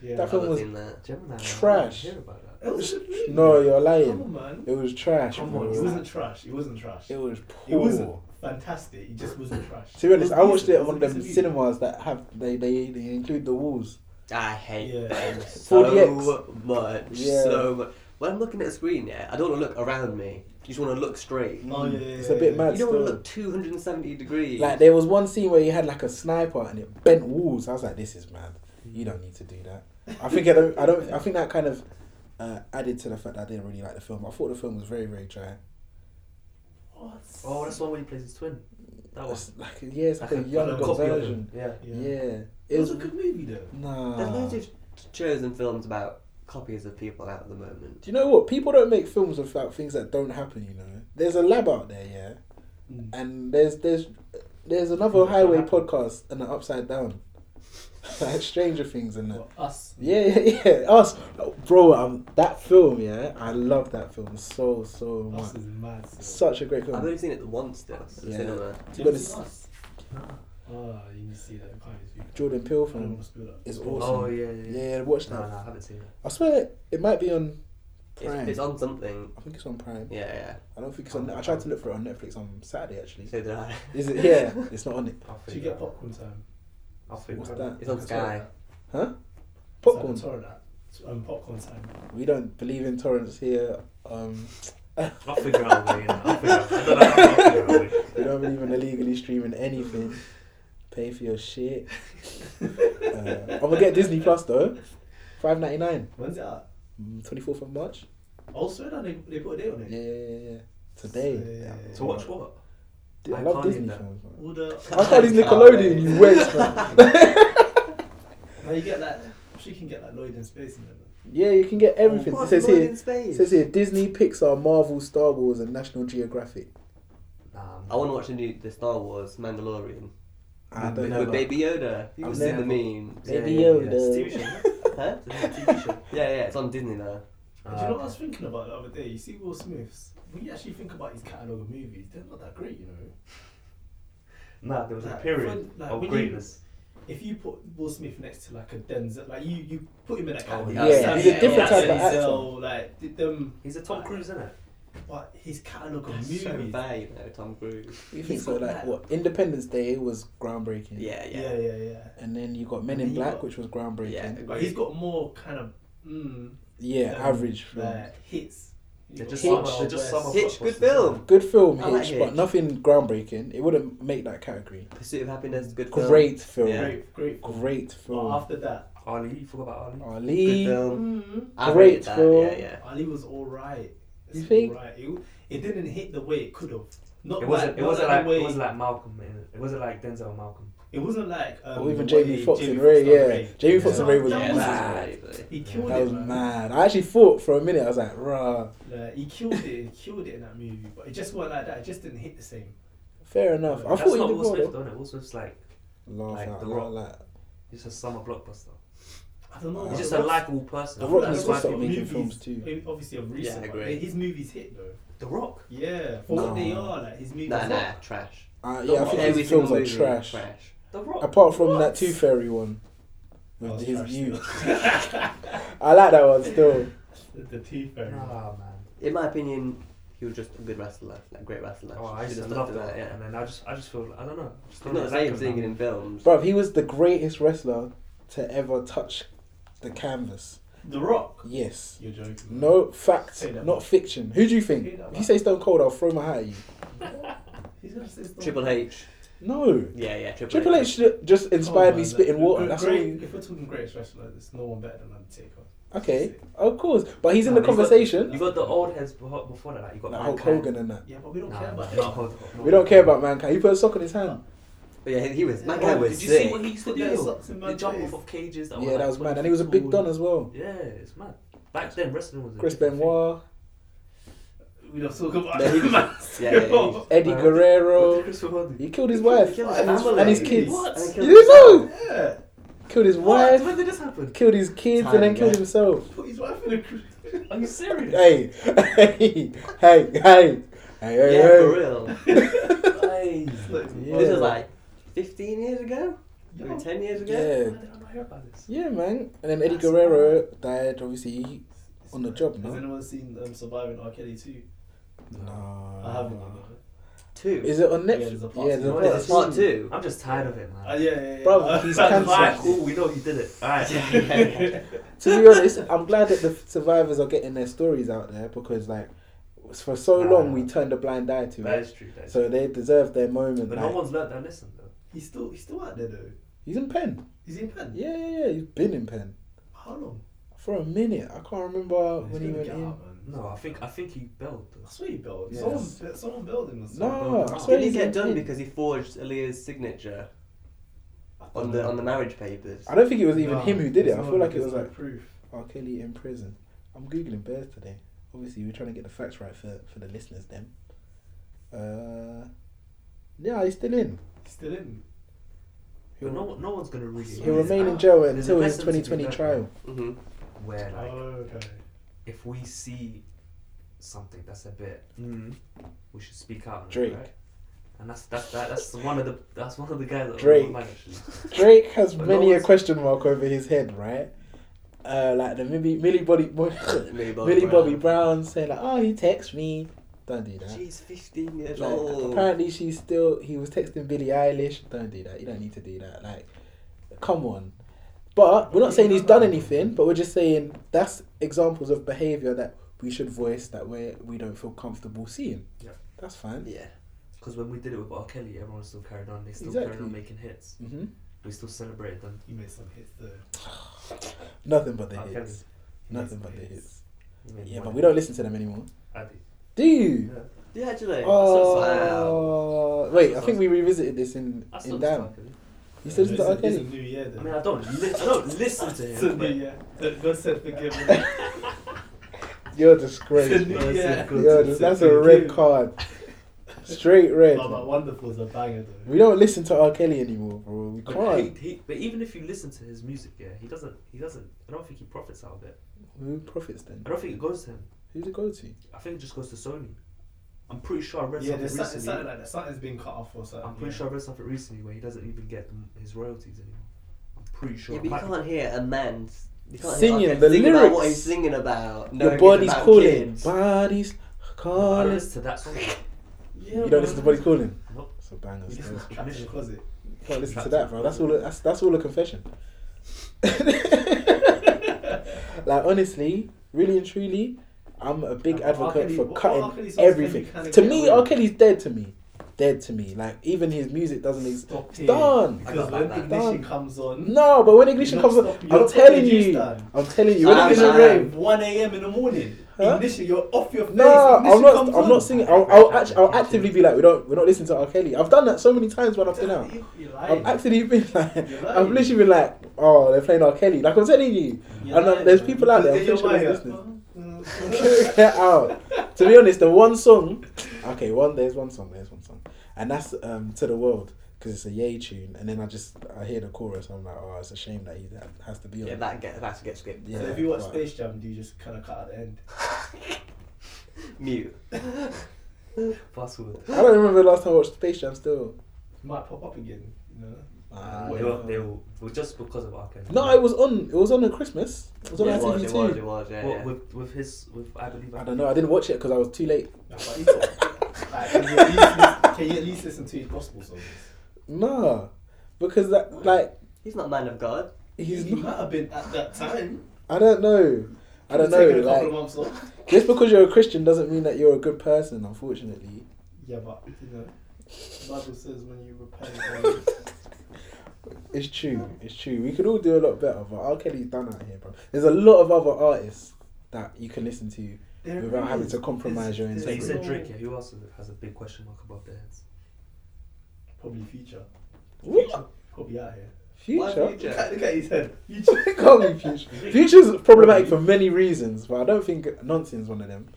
Yeah, That I've film not was- seen that. Gemini. Trash. I didn't hear about that. It was- No, you're Come lying. on, man. It was trash. Come bro. on, It wasn't trash. It wasn't trash. It It, was poor. wasn't fantastic. It just wasn't trash. To be honest, I watched it at was one of them decent. cinemas that have they, they, they include the walls. I hate Yeah. them 40x. so much. Yeah. So much. When I'm looking at a screen, yeah, I don't want to look around me. I just want to look straight. Oh, yeah, it's yeah, a bit yeah. mad you don't want to still. look 270 degrees. Like there was one scene where he had like a sniper and it bent walls. I was like, this is mad. Hmm. You don't need to do that. I think I don't. I don't. I think that kind of uh, added to the fact that I didn't really like the film. I thought the film was very very dry. What? Oh, that's the one where he plays his twin. That was It's like yeah, it's like a Like a- Oh. like younger a copy of version. yeah. Yeah. yeah. It was a good movie though. Nah. There's loads of chosen films about copies of people out at the moment. Do you know what? People don't make films about things that don't happen. You know, there's a lab out there, yeah, Mm. and there's there's there's another Things that highway happen. podcast and an upside down, like Stranger Things and that. Well, us. uh, Yeah, yeah, yeah. Us, oh, bro. Um, that film, yeah, I love that film so so Us much. is mad. So. Such a great I've film. only seen it once though. At the Yeah. cinema. you But ever it's- see us? Oh, Ah, you need to see that. You can't even speak. Jordan Peele I don't film want to spill that. is Mm. Oh awesome. yeah, yeah. yeah. Yeah, watch No, no, that. I haven't seen it. I swear it might be on Prime. It's, it's on something. I think it's on Prime. Yeah, yeah. I don't think it's on. I tried to look for it on Netflix on Saturday actually. So did I. Is it? Yeah, it's not on it. I'll Should you figure get it out. popcorn time? I'll figure What's it out. that? It's on Sky. Popcorn. It's like a torrent app. It's, um, popcorn time. We don't believe in torrents here. Um, I'll figure out a way. you know, I'll figure out. I don't know how, I'll figure out a way. we don't believe in illegally streaming anything. Pay for your shit. Uh, I'm gonna get Disney Plus though. Five ninety nine. When's it out? Twenty fourth of March. Also, no, they, they put a date on it. Yeah, yeah, yeah, yeah. Today. Yeah. Yeah. To watch what? Dude, I, I love can't Disney either. films. Man. All the. Ah, I thought he's Nickelodeon. You went, man. Now you get that. She can get that Lloyd in space in there. Yeah, you can get everything. What, it says Lloyd here. in space? It says here Disney, Pixar, Marvel, Star Wars, and National Geographic. Nah, Oh. I want to watch the new the Star Wars Mandalorian I With- don't with know. man. Baby Yoda. He I've was seen the there. meme. Baby It's Yoda. a TV show. Huh? It's a TV show. Yeah, yeah. It's on Disney now. Ah, Do you know what I was thinking about the other day? You see Will Smith's. When you actually think about his catalogue of movies, they're not that great, you know. Nah, there was a Like, period when- like, of when you- greatness. If you put Will Smith next to like a Denzel, like you, you put him in Oh, that category. yeah. like Yeah, Sam he's a different Jackson, type of Denzel, Like did them, He's a Tom Cruise, isn't it? but his catalogue of It's movies. so fair, you know, Tom Cruise. You think He's so? got Like that. what? Independence Day was groundbreaking. Yeah, yeah. yeah, yeah, yeah. And then you got Men in And then you Black, got- which was groundbreaking. Yeah. Yeah, But he's got more kind of mm, um, average film. like, hits. You They're got just Wild summer- they're just West. summer Hitch, blockbusters, good film. isn't Good film, I like Hitch, Hitch. but nothing groundbreaking. It wouldn't make that category. Pursuit of Happiness, good film. Great film. Yeah. Great, great. Great But film. after that, it? Ali, you forgot about Ali. Good Ali. film. Um, mm, I Great rated that. film. Yeah, yeah. Ali was all right. It's You think? all right. It, it didn't hit the way it could have. Not Oh, It wasn't. like- It not wasn't the like. way, It wasn't like Malcolm. man. It wasn't like Denzel and Malcolm. It wasn't like. Um, Or even the way Jamie Foxx Jamie and Ray. Foxx Yeah, Ray. Jamie Yeah. Foxx and Ray was That Yeah, was- mad. that's right. He killed That it. was man. mad. I actually thought for a minute. I was like, rah. Like, he killed it. He killed it in that movie, but it just wasn't like that. It just didn't hit the same. Fair enough. I That's thought That's he not did Will well. Smith, though. don't it? Will Smith's like Laugh Like, out The loud, Rock. like, he's a summer blockbuster. I don't know. He's just The a Rock's- likable person. The I Rock feel like needs The to Rock's stop making movies, films too. eh, Obviously, of recent, Yeah, I but agree. his movies hit though. The Rock. Yeah, for what they Nah. are, like his movies. Nah, are- nah, trash. Uh, yeah, I Rock. think Every his films single are movie, trash. Trash. The Rock. Apart from What? that Tooth Fairy one. Oh, With it's his trash. view. I like that one still. The, the T fairy. Nah, man. In my opinion, he was just a good wrestler, like great wrestler. Oh, I Should've used to stuck love to that. Yeah. And then I just, I just feel, I don't know. I just It's don't not the like same him thing now. in films. Bro, he was the greatest wrestler to ever touch the canvas. The Rock. Yes. You're joking. No fact, Say that. not fiction. Who do you Say think? that. If you say Stone Cold, I'll throw my hat at you. He's gonna say Stone Triple Cold. H. No. Yeah, yeah. Triple, Triple H should- just inspired Oh, me man, spitting the- water. the That's all. great, you- If we're talking greatest wrestler, there's no one better than Undertaker. Okay, of course. But he's in Nah, the but you got- conversation. You got the old heads before before that. Like, you got Like Hulk Mankind. Hogan and that. Yeah, but we don't Nah, care not about Hulk him. Hogan. We don't care about mankind. He put a sock on his hand. But yeah, he was. That Bro, guy Oh, Did was you sick. see what he used to Put their do? socks in The man's jump face. off of cages. That Yeah, were, that like, was mad. 20 And he was a big feet don tall. as well. Yeah, it's mad. Back then, wrestling was. a Chris different thing. Benoit, We don't talk about No, he him. was- yeah, yeah, he was- Eddie What did- What did Guerrero. Chris Benoit do? He killed his He killed- wife he killed his and his, family. and his kids. What? And he killed You know? Yeah, Killed his What? wife, When did this happen? killed his kids, and then Time, killed yeah. himself. put his wife in a cruise. Are you serious? Hey, hey, hey, hey, hey, hey. Yeah, for real. Hey. Yeah. This was like 15 years ago? Maybe 10 years ago? Why Yeah. did I not hear about this? Yeah, man. And then Eddie That's Guerrero died, obviously. On the job, no? Has anyone seen um, Surviving R. Kelly 2? No. I haven't. Uh, Two. Is it on Yeah, there's a Netflix? part Yeah, there's a two. Oh, part, is it part two? I'm just tired of it, Uh, man. yeah, yeah, yeah. Bro, he's Fine, cancer. cool, we know you did it. Alright. To be honest, I'm glad that the survivors are getting their stories out there because, like, for so Nah. long we turned a blind eye to That it. is true. That is true. So they deserve their moment. But no like- one's learned their lesson, though. He's still, he's still out there though. He's in pen. He's in pen. Yeah, yeah, yeah. He's been in pen How long? for a minute. I can't remember He's when he gonna went get in. out, man. No, I think I think he bailed. I Though. swear he built. Yeah. Someone, someone built him. or something. No, I Built him. swear Did he he's in get done pen. because he forged Aaliyah's signature on the on the marriage papers? I don't think it was even Nah, him who did it. there's I no- feel like it there's was no like proof. R. Kelly in prison. I'm googling bears today. Obviously, we're trying to get the facts right for, for the listeners. Then, uh, yeah, he's still in. Still in. He'll, But no, no one's gonna really. he'll know remain in that. jail Ah, There's a until his lesson to be 2020 learned trial. Mm-hmm. Where like Oh, okay. if we see something that's a bit, mm, we should speak out. on it, Drake. right? And that's that's that, that's one of the that's one of the guys that Drake. Mine, actually. Drake has But no many a one's- question mark over his head, right? Uh, like the Millie, Millie Bobby, Millie Millie Bobby Bobby, Brown. Brown saying like, "Oh, he texts me." Don't do that. She's 15 years Like, old. apparently, she's still. He was texting Billie Eilish. Don't do that. You don't need to do that. Like, come on. But we're not saying he's done anything. But we're just saying that's examples of behavior that we should voice that we we don't feel comfortable seeing. Yeah. that's fine. Yeah. Because when we did it with R. Kelly, everyone still carried on. They still carried Exactly. on making hits. hmm We still celebrated them. You made some hits though. Nothing but the R. Kelly. hits. You made Nothing some but the hits. hits. he made Yeah, money. but we don't listen to them anymore. I did. Do you? Yeah. Yeah, actually. Wow. Oh, wait, I think we revisited this in I still in listen to R. down. Kelly. You still Yeah, listen to R. it's a- it's Kelly? a new year I though. mean, I don't, li- I don't listen to It's a him. new but year. So God said forgive me. You're It's a disgraced. new man. Yeah. year. You're dis- that's a red card. Straight red. Oh, but Wonderful's a banger though. We don't listen to R. Kelly anymore, bro. We But, he, can't. he, but even if you listen to his music, yeah, he doesn't. He doesn't. I don't think he profits out of it. Who profits then? I don't think it goes to him. Who's it go to? I think it just goes to Sony. I'm pretty sure I read yeah, something there's something, recently. something like that. Something's been cut off or something. I'm pretty yeah. sure I read something recently where he doesn't even get m- his royalties anymore. I'm pretty sure. Yeah, but you Might- can't hear a man's you can't Singing, hear, okay, the sing about what lyrics. he's singing about. Your knowing it's body's about calling. kids. Body's I don't calling. listen to that song. Yeah, You don't listen to body's calling. Nope. It's a banger. You still. listen to Trapped in the Closet. You can't listen to Trapped that, in- bro. That's all. That's that's all a confession. like honestly, really and truly, I'm a big Yeah, but R. advocate Kelly- for what- what R. Kelly cutting songs can everything. you kinda To get me, away R. with? Kelly's dead to me. Dead to me. Like even his music doesn't exist. Stop It's it. done. I got Because when that. ignition comes on, No, but when Ignition You're comes not on, stop- you're I'm not telling stopping you, you, Stan. I'm telling you, you're when I'm not in Ignition a sorry. rave 1 a.m. in the morning. Huh? Ignition, you're off your face. No, ignition I'm not. comes I'm not on. singing. I'll, I'll, act, I'll actively be like, we don't, we're not listening to R. Kelly. I've done that so many times when I've been out. You- You're I've lying. actually been like, You're lying. I've literally been like, oh, they're playing R. Kelly. Like I'm telling you, You're and, uh, lying, there's man. people out there, Because I'm pretty you're sure wired. get out. To be honest, the one song, okay, one there's one song, there's one song, and that's um to the world because it's a yay tune, and then I just I hear the chorus, and I'm like, oh, it's a shame that he that has to be on. Yeah, it. that get that gets skipped. Yeah, so if you watch but- Space Jam, do you just kind of cut at the end? Mute. Fast forward. I don't remember the last time I watched Space Jam. Still, It might pop up again, you know? Ah, they were, they were, well, just because of R. Kelly. no, it was on. It was on at Christmas. It was on Yeah, it ITV was, too. it was, it was, yeah, Well, yeah. with with his with I believe I don't know. I didn't watch it because I was too late. Nah, but it's- like, can, you at least, can you at least listen to his gospel songs? Nah, because that like He's not man of God. he's he not. might have been at that time. I don't know. I don't He's taken know. A couple Like, of months off. just because you're a Christian doesn't mean that you're a good person. Unfortunately, Yeah, but you know, the Bible says when you repent, then- it's true. It's true. We could all do a lot better, but R. Kelly's done out here, bro. There's a lot of other artists that you can listen to. there Without having is. to compromise your There's- So you there's said no- Drake. Yeah, who else has a- has a big question mark above their heads? Probably future. Future. Probably out here. Why Future. Look future? at, look at his head. Future. Can't be Future. Future's problematic for many reasons, but I don't think nonsense one of them.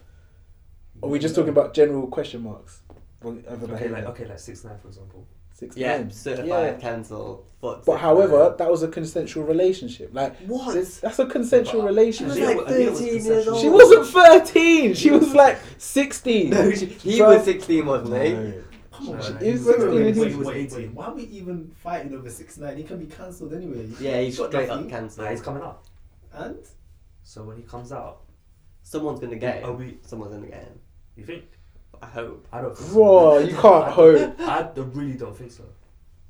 Are we just talking about general question marks? Well, Other Okay, behaviour. like okay, like six nine for example. Six Yeah, times. certified Yeah. cancel. Fuck But six however, nine. that was a consensual relationship. Like What? this- That's a consensual But- she relationship. was Aaliyah like wa- Aaliyah was 13 years consensual. old. She wasn't 13. She was like 16. No, she, he Bruh. was 16, wasn't he? No. Come on, No, she no, is he was wait, wait, 16, wait, he was wait, 18. wait. Why are we even fighting over six nine? He can be cancelled anyway. Yeah, he's Got straight up nothing. cancelled. Nah, he's coming up. And So when he comes out, Someone's gonna get him. Are we- Someone's gonna get him. you think? I hope. I don't. think so. Bro, you can't I- hope. I d- really don't think so.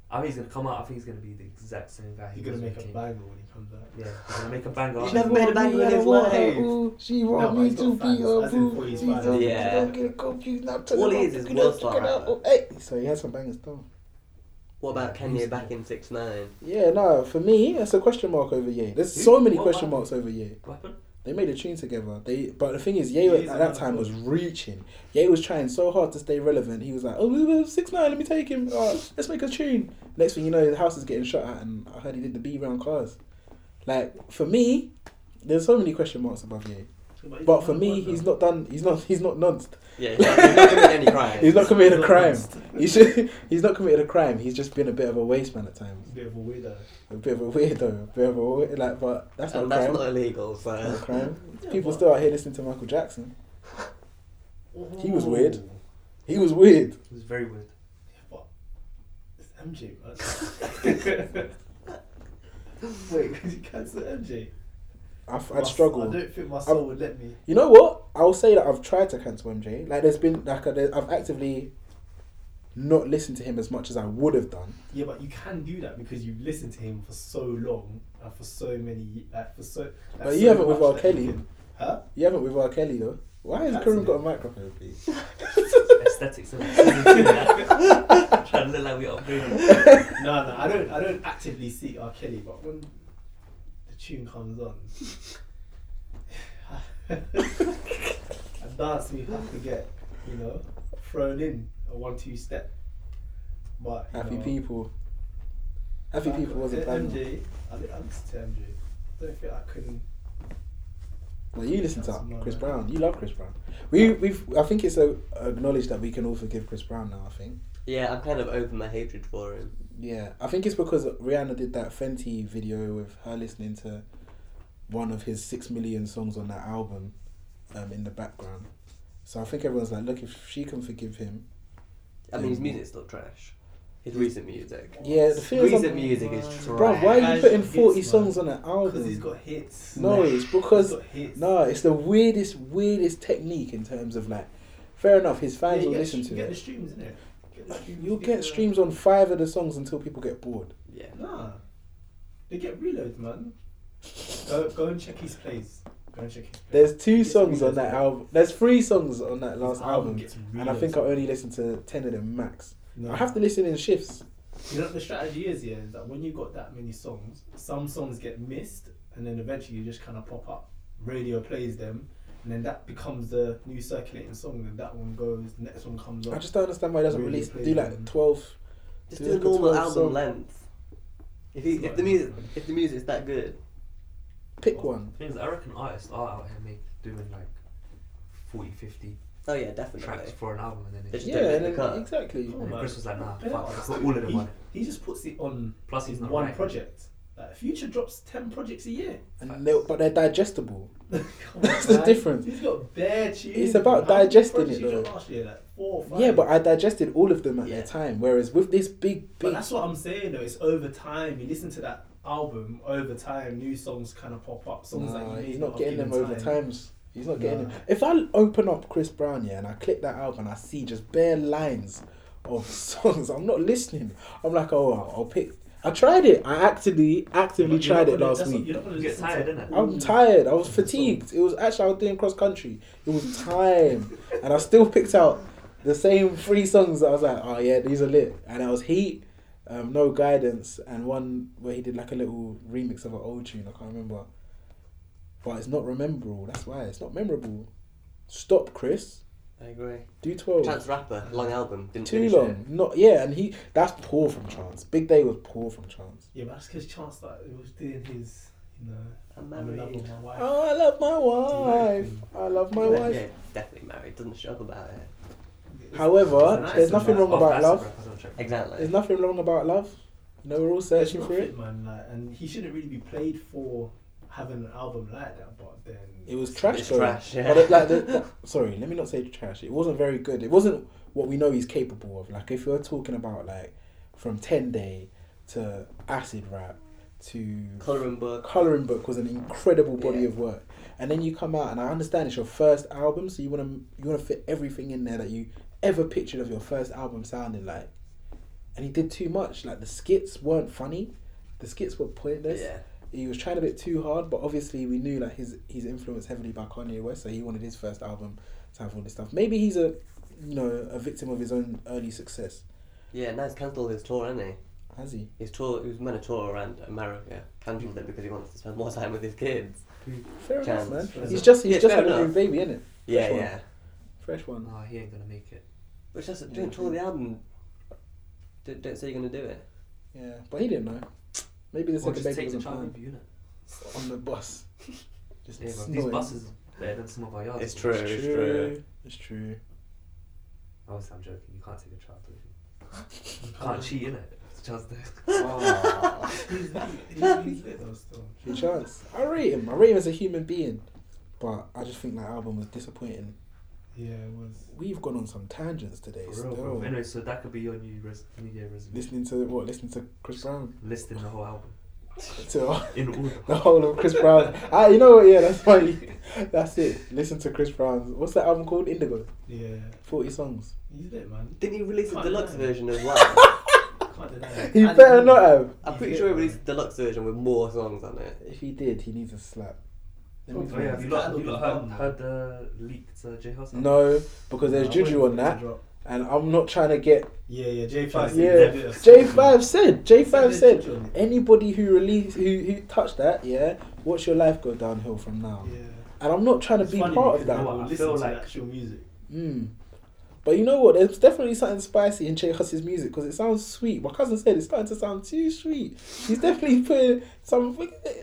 I think he's gonna come out. I think he's gonna be the exact same guy. he he's gonna was make a with King. banger when he comes out. Yeah, he's gonna make a banger. He's never made a banger in his life. She want No, me he's got to fans. be her As in boo. 40s fans. Don't- Yeah. don't get confused. All he is is world-star rapper. So he has some bangers though. What about Yeah, Kanye he's- back in 6 9 Yeah, no, for me, it's a question mark over Ye. There's Who? so many What question about- marks over Ye. What happened? They made a tune together. They, but the thing is, Ye Ye's at that another time god. was reaching. Ye was trying so hard to stay relevant. He was like, "Oh, six nine, let me take him. Oh, let's make a tune." Next thing you know, the house is getting shot at, and I heard he did the B round cars. Like for me, There's so many question marks above Ye. he's But for not me, one, he's though. not done. He's not. He's not nonced. Yeah, he's not, he's not committed any crime. He's not committed a Not crime. nonced. He's just, he's not committed a crime. He's just been a bit of a waste man at times. He's a bit of a weirdo. A bit of a weirdo. A bit of a wa- like. But that's not And a that's crime. not illegal, so. That's not a crime. Yeah, People but- still out here listening to Michael Jackson. He was weird. Ooh. He was weird. It was very weird. What? It's MJ, man. Wait, could you cancel MJ? I, f- My- I'd struggle. I don't think my soul would let me. You know what? I'll say that I've tried to cancel MJ. Like there's been like i I've actively not listened to him as much as I would have done. Yeah, but you can do that because you've listened to him for so long and for so many, like for so. Like But so you haven't with much R. that you Kelly. can- Huh? You haven't with R. Kelly though. Why has That's Karim it. got a microphone, please? Aesthetics. Trying to look like we upgraded. No, no, I don't. I don't actively seek R. Kelly, but when the tune comes on, a dance we have to get, you know, thrown in a one-two step. But you Happy know, people. Happy I- people wasn't planning. MJ. I li- I listen to MJ. I don't feel I couldn't. Like you listen That's to my Chris man. Brown. You love Chris Brown. We we've I think it's uh acknowledged that we can all forgive Chris Brown now. I think. Yeah, I'm kind of over my hatred for him. Yeah, I think it's because Rihanna did that Fenty video with her listening to one of his six million songs on that album um, in the background. So I think everyone's like, look, if she can forgive him, I mean, his music's still trash. His recent music. Mm. yeah, the thing is, Recent I'm- music is Bruh, trash. bro, why are you Guys, putting hits, forty man. songs on an Because he's album? got hits. No, it's because He's got hits. no, it's the weirdest, weirdest technique in terms of like. Fair enough, his Yeah, fans you will get, listen you to get the it. streams, innit? Get the streams, You'll get the- streams on five of the songs until people get bored. Yeah. Nah, they get reloads, man. Go, go and check his plays. Go and check his plays. There's two Yes, songs we on that listen. album. There's three songs on that last His album, gets and I reloads. think I only listened to ten of them max. No. I have to listen in shifts. You know what the strategy is, yeah, is that when you got that many songs, some songs get missed, and then eventually you just kind of pop up. Radio plays them, and then that becomes the new circulating song. Then that one goes, the next one comes I up. just don't understand why he doesn't Really release play do them. like twelve. Just Do do a like a normal 12 album song. length. If, he, if It's not the an music album. if the music's that good, Pick one. Things I reckon artists are out here make, doing like 40, 50 oh yeah, definitely. tracks for an album, and then they It's just. just- Yeah, don't make and the then- cut. exactly. Oh, And man. Chris was like, nah, Better fuck, artist. put all of them he, on it. he just puts it on Plus, he's not one writing. project. Like, Future drops ten projects a year. And they, but they're digestible. Come on, That's the man. difference. He's got bare tunes. It's about How many digesting projects it, he dropped though. Last year, like four or five. Yeah, but I digested all of them at Yeah. their time. Whereas with this big, But big, that's what I'm saying though. It's over time. You listen to that album over time. New songs kind of pop up. Songs that Nah, you he's may not have getting given them over times. He's not getting Nah. them. If I open up Chris Brown yeah, and I click that album and I see just bare lines of songs, I'm not listening. I'm like, oh, I'll, I'll pick. I tried it. I actively, You're actively not- tried you're not it gonna- last that's what- week. You're not gonna You get listen to tired, innit? all- I'm tired. I was That's all. fatigued. It was actually I was doing cross country. It was time, and I still picked out the same three songs. That I was like, oh yeah, these are lit. And that was Heat, um, No Guidance, and one where he did like a little remix of an old tune. I can't remember, but it's not rememberable. That's why it's not memorable. Stop, Chris. I agree. Do twelve. Chance rapper, long album, didn't Too finish long. it. Not yeah. And he that's poor from Chance. Big Day was poor from Chance. Yeah, but that's because Chance that he was doing his, you know, I'm I'm in love married. with my wife. Oh, I love my wife. I love my Yeah, wife. yeah, definitely married. Doesn't shut up about it. It's- However, it's a there's nice nothing song, Oh, wrong about love. Exactly. There's nothing wrong about love. You know, we're all but it's searching not for fit, it. man. Like, and he shouldn't really be played for having an album like that. But then It was trash It's though. trash, yeah. But it, like, the, the- sorry, let me not say trash. It wasn't very good. It wasn't what we know he's capable of. Like if you're talking about like from Ten Day to Acid Rap to Colouring book. Coloring Book was an incredible body Yeah. of work. And then you come out, and I understand it's your first album, so you wanna you wanna fit everything in there that you ever pictured of your first album sounding like. And he did too much. Like the skits weren't funny. The skits were pointless. Yeah. he was trying a bit too hard, but obviously we knew like his he's influenced heavily by Kanye West, so he wanted his first album to have all this stuff. Maybe he's a you know a victim of his own early success. Yeah, now he's cancelled his tour, hasn't he? Has he? His tour, he was meant to tour around America. Cancelled it because he wants to spend more time with his kids. Fair Chance. enough, man. Fair He's enough. just he's Yeah, just fair had a new enough. baby, innit? Yeah, one. yeah. Fresh one. No, he ain't gonna make it. Which that's don't tour the album. Don't, don't say you're gonna do it. Yeah, but he didn't know. Maybe the Or second just baby take was the a child plan with you, on the bus. Just Yeah, but these snorting. buses are better than some of our yards. It's bro. true. It's true. It's true. Obviously, I'm joking. You can't take a child with you. You can't cheat, innit? It's a child's there. Ah. He's, he's, he's lit though still. Good chance. I rate him. I rate him as a human being, but I just think that album was disappointing. Yeah, it was. We've gone on some tangents today. For real, bro. Still Anyway, so that could be your new res- New Year resolution. listening to what? Listening to Chris Brown. Listing the whole album To in order. Oh, the whole of Chris Brown. Ah, you know what? Yeah, that's funny. That's it. Listen to Chris Brown's. What's that album called? Indigo. Yeah, Forty songs. he's lit, man. Didn't he release a Can't deluxe deny it. version as well? Can't deny it. He And better not have. I'm he's pretty lit, sure he man. released a deluxe version with more songs on it. If he did, he needs a slap. Let me Oh, Oh yeah, have you His lot, have you catalog lot is heard, bomb, heard the leaked uh, J House? album? No, because there's Nah, I Juju wouldn't on let it that, drop. and I'm not trying to get. Yeah, yeah, J5. said Yeah, he did it. J5 said. J5 said. Said there's Juju on it. Anybody who released, who who touched that, yeah, watch your life go downhill from now. Yeah. And I'm not trying to It's be funny part because of no that. one I listens feel to the like- actual music. Mm. But you know what? There's definitely something spicy in Che Huss's music because it sounds sweet. My cousin said it's starting to sound too sweet. He's definitely putting some eh,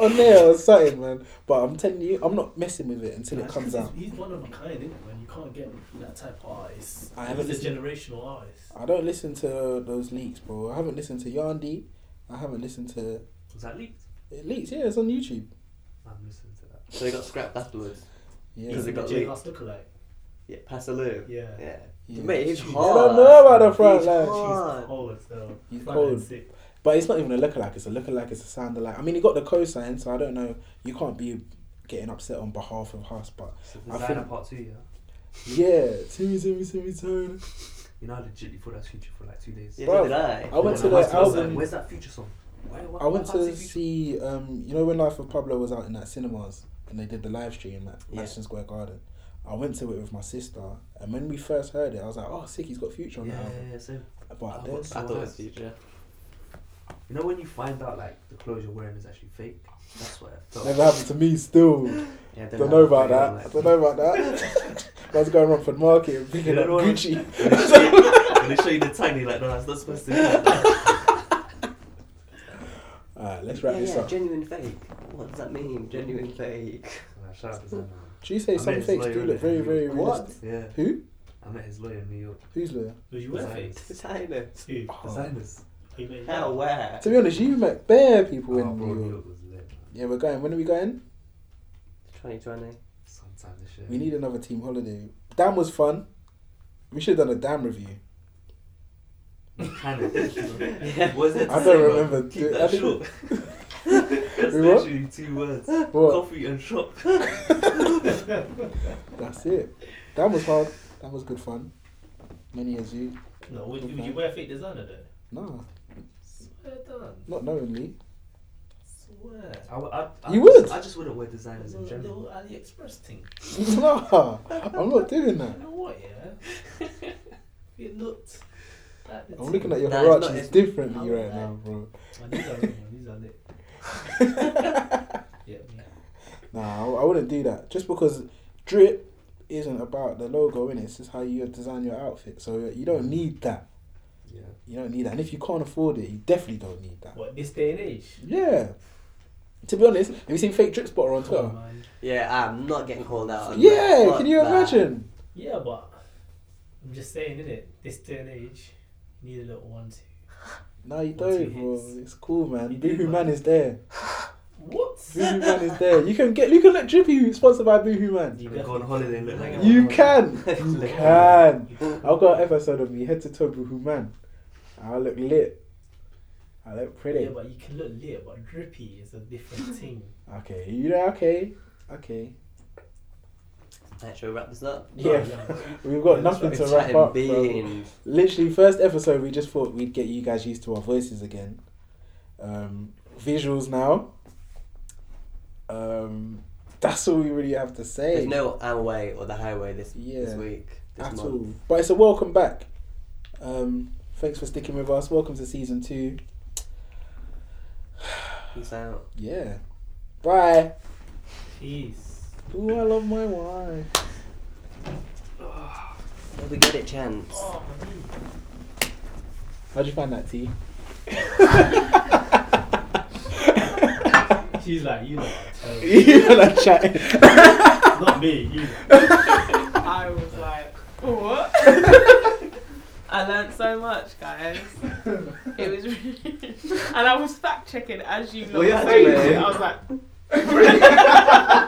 on there or something, man. But I'm telling you, I'm not messing with it until it That's comes 'cause out. He's, he's one of a kind, isn't man? You can't get that type of artist. I haven't he's a listened- generational artist. I don't listen to those leaks, bro. I haven't listened to Yandi. I haven't listened to Was that leaked? it leaks. Yeah, it's on YouTube. I'm listening to that. So they got scrapped afterwards. Yeah, Because He's it a got J leaked. House lookalike. Yeah, Passaloo. Yeah. Yeah. yeah. Mate, he's I hard. don't know about the front He's line. She's hard. cold, so He's fun cold. and sick. But it's not even a lookalike. It's a lookalike. It's a sound alike. I mean, he got the cosign, so I don't know. You can't be getting upset on behalf of Huss, but So I the Diana think- part two, yeah. yeah, Timmy, Timmy, Timmy, Tone. You know, I legitly thought that's Future for like two days. Yeah, Bruv, so did I. I went When to asked the her, I was like, album. Where's that Future song? Where, what, I went to what parts is Future? see, um, you know, when Life of Pablo was out in that cinemas and they did the live stream at Yeah. Madison Square Garden. I went to it with my sister, and when we first heard it, I was like, "Oh, sick! He's got future on Yeah, the yeah, album." yeah, same. But I've then, got I so thought it much. was future. You know when you find out like the clothes you're wearing is actually fake? That's what I felt. never happened to me. Still, Yeah, I don't know about Yeah, that. like- Don't know about that. I was going around for the market and picking Yeah, up no one- Gucci. When they show you- when they show you the tag, you're like, no, that's not supposed to be like that. Alright, let's wrap yeah, this yeah, up. genuine fake. What does that mean? Genuine fake. Nah, shout out to Zan, man. Do you say I some mean, it's fakes like do really look very, very heavy. realistic? Yeah, Who? I met his lawyer in New York. Who's lawyer? But you were Design. fake. Designer. Too. Oh. Designers. He made How? that. Where? To be honest, you met bare Oh, people bro, in New New York. York was lit. Man. Yeah, we're going. When are we going? 2020. Sometimes this shit. We need another team holiday. Dam was fun. We should have done a Dam review. kind of. Yeah. Was it? I to say, don't bro? remember. Keep I that didn't- short. That's We what? literally two words. What? Coffee and shop. That's it. Dam was hard. That was good fun. Many as you. No, would, would you wear fake designer though? Nah, Swear done. not knowingly. Swear. I, w- I- I You just, would. I just wouldn't wear designers in The general. little AliExpress thing. nah, I'm not doing You that. know what, yeah? it looked. Like the I'm looking at team. your Nah, it's not- Hirachis it's- differently right now, bro. Man, these are lit, man. These are lit. Yeah, me. Nah, I, I wouldn't do that. Just because drip isn't about the logo, in It's just how you design your outfit. So you don't need that. Yeah. You don't need that. And if you can't afford it, you definitely don't need that. What, this day and age? Yeah. To be honest, have you seen fake drip spotter on Come Twitter? on, man. Yeah, I'm not getting called out. on yeah, that. can you Fuck that. imagine? Yeah, but I'm just saying, innit? This day and age, you need a little one two. No, you Once don't, it bro. hits. It's cool, man. You do, Boohoo man. Man is there. What? Boohoo Man is there. You can get. You can let Drippy sponsored by Boohoo Man. You go on holiday and look like a- You can. You Look. can. I've got an episode of me head to toe Boohoo Man. I look lit. I look Yeah, pretty. but you can look lit, but drippy is a different thing. Okay, you know. Okay, okay. Alright, shall we wrap this up? Yeah, we've Yeah, got that's nothing right. to It's wrap chatting up. bro. beans. Literally, first episode, we just thought we'd get you guys used to our voices again. Um, visuals now. Um, that's all we really have to say There's no our way or the highway this Yeah. this week. This at month. all. But it's a welcome back. Um, thanks for sticking with us. Welcome to season two. Peace out. Yeah. Bye. Jeez. Ooh, I love my wife. Well, we get it, chance. Oh, my knee. How'd you find that tea? He's like, you know, are terrible. you know that chat. not me. You. Lot. I was like, what? I learned so much, guys. It was really. and I was fact checking as you Well, lot you're were saying doing it. it. I was like,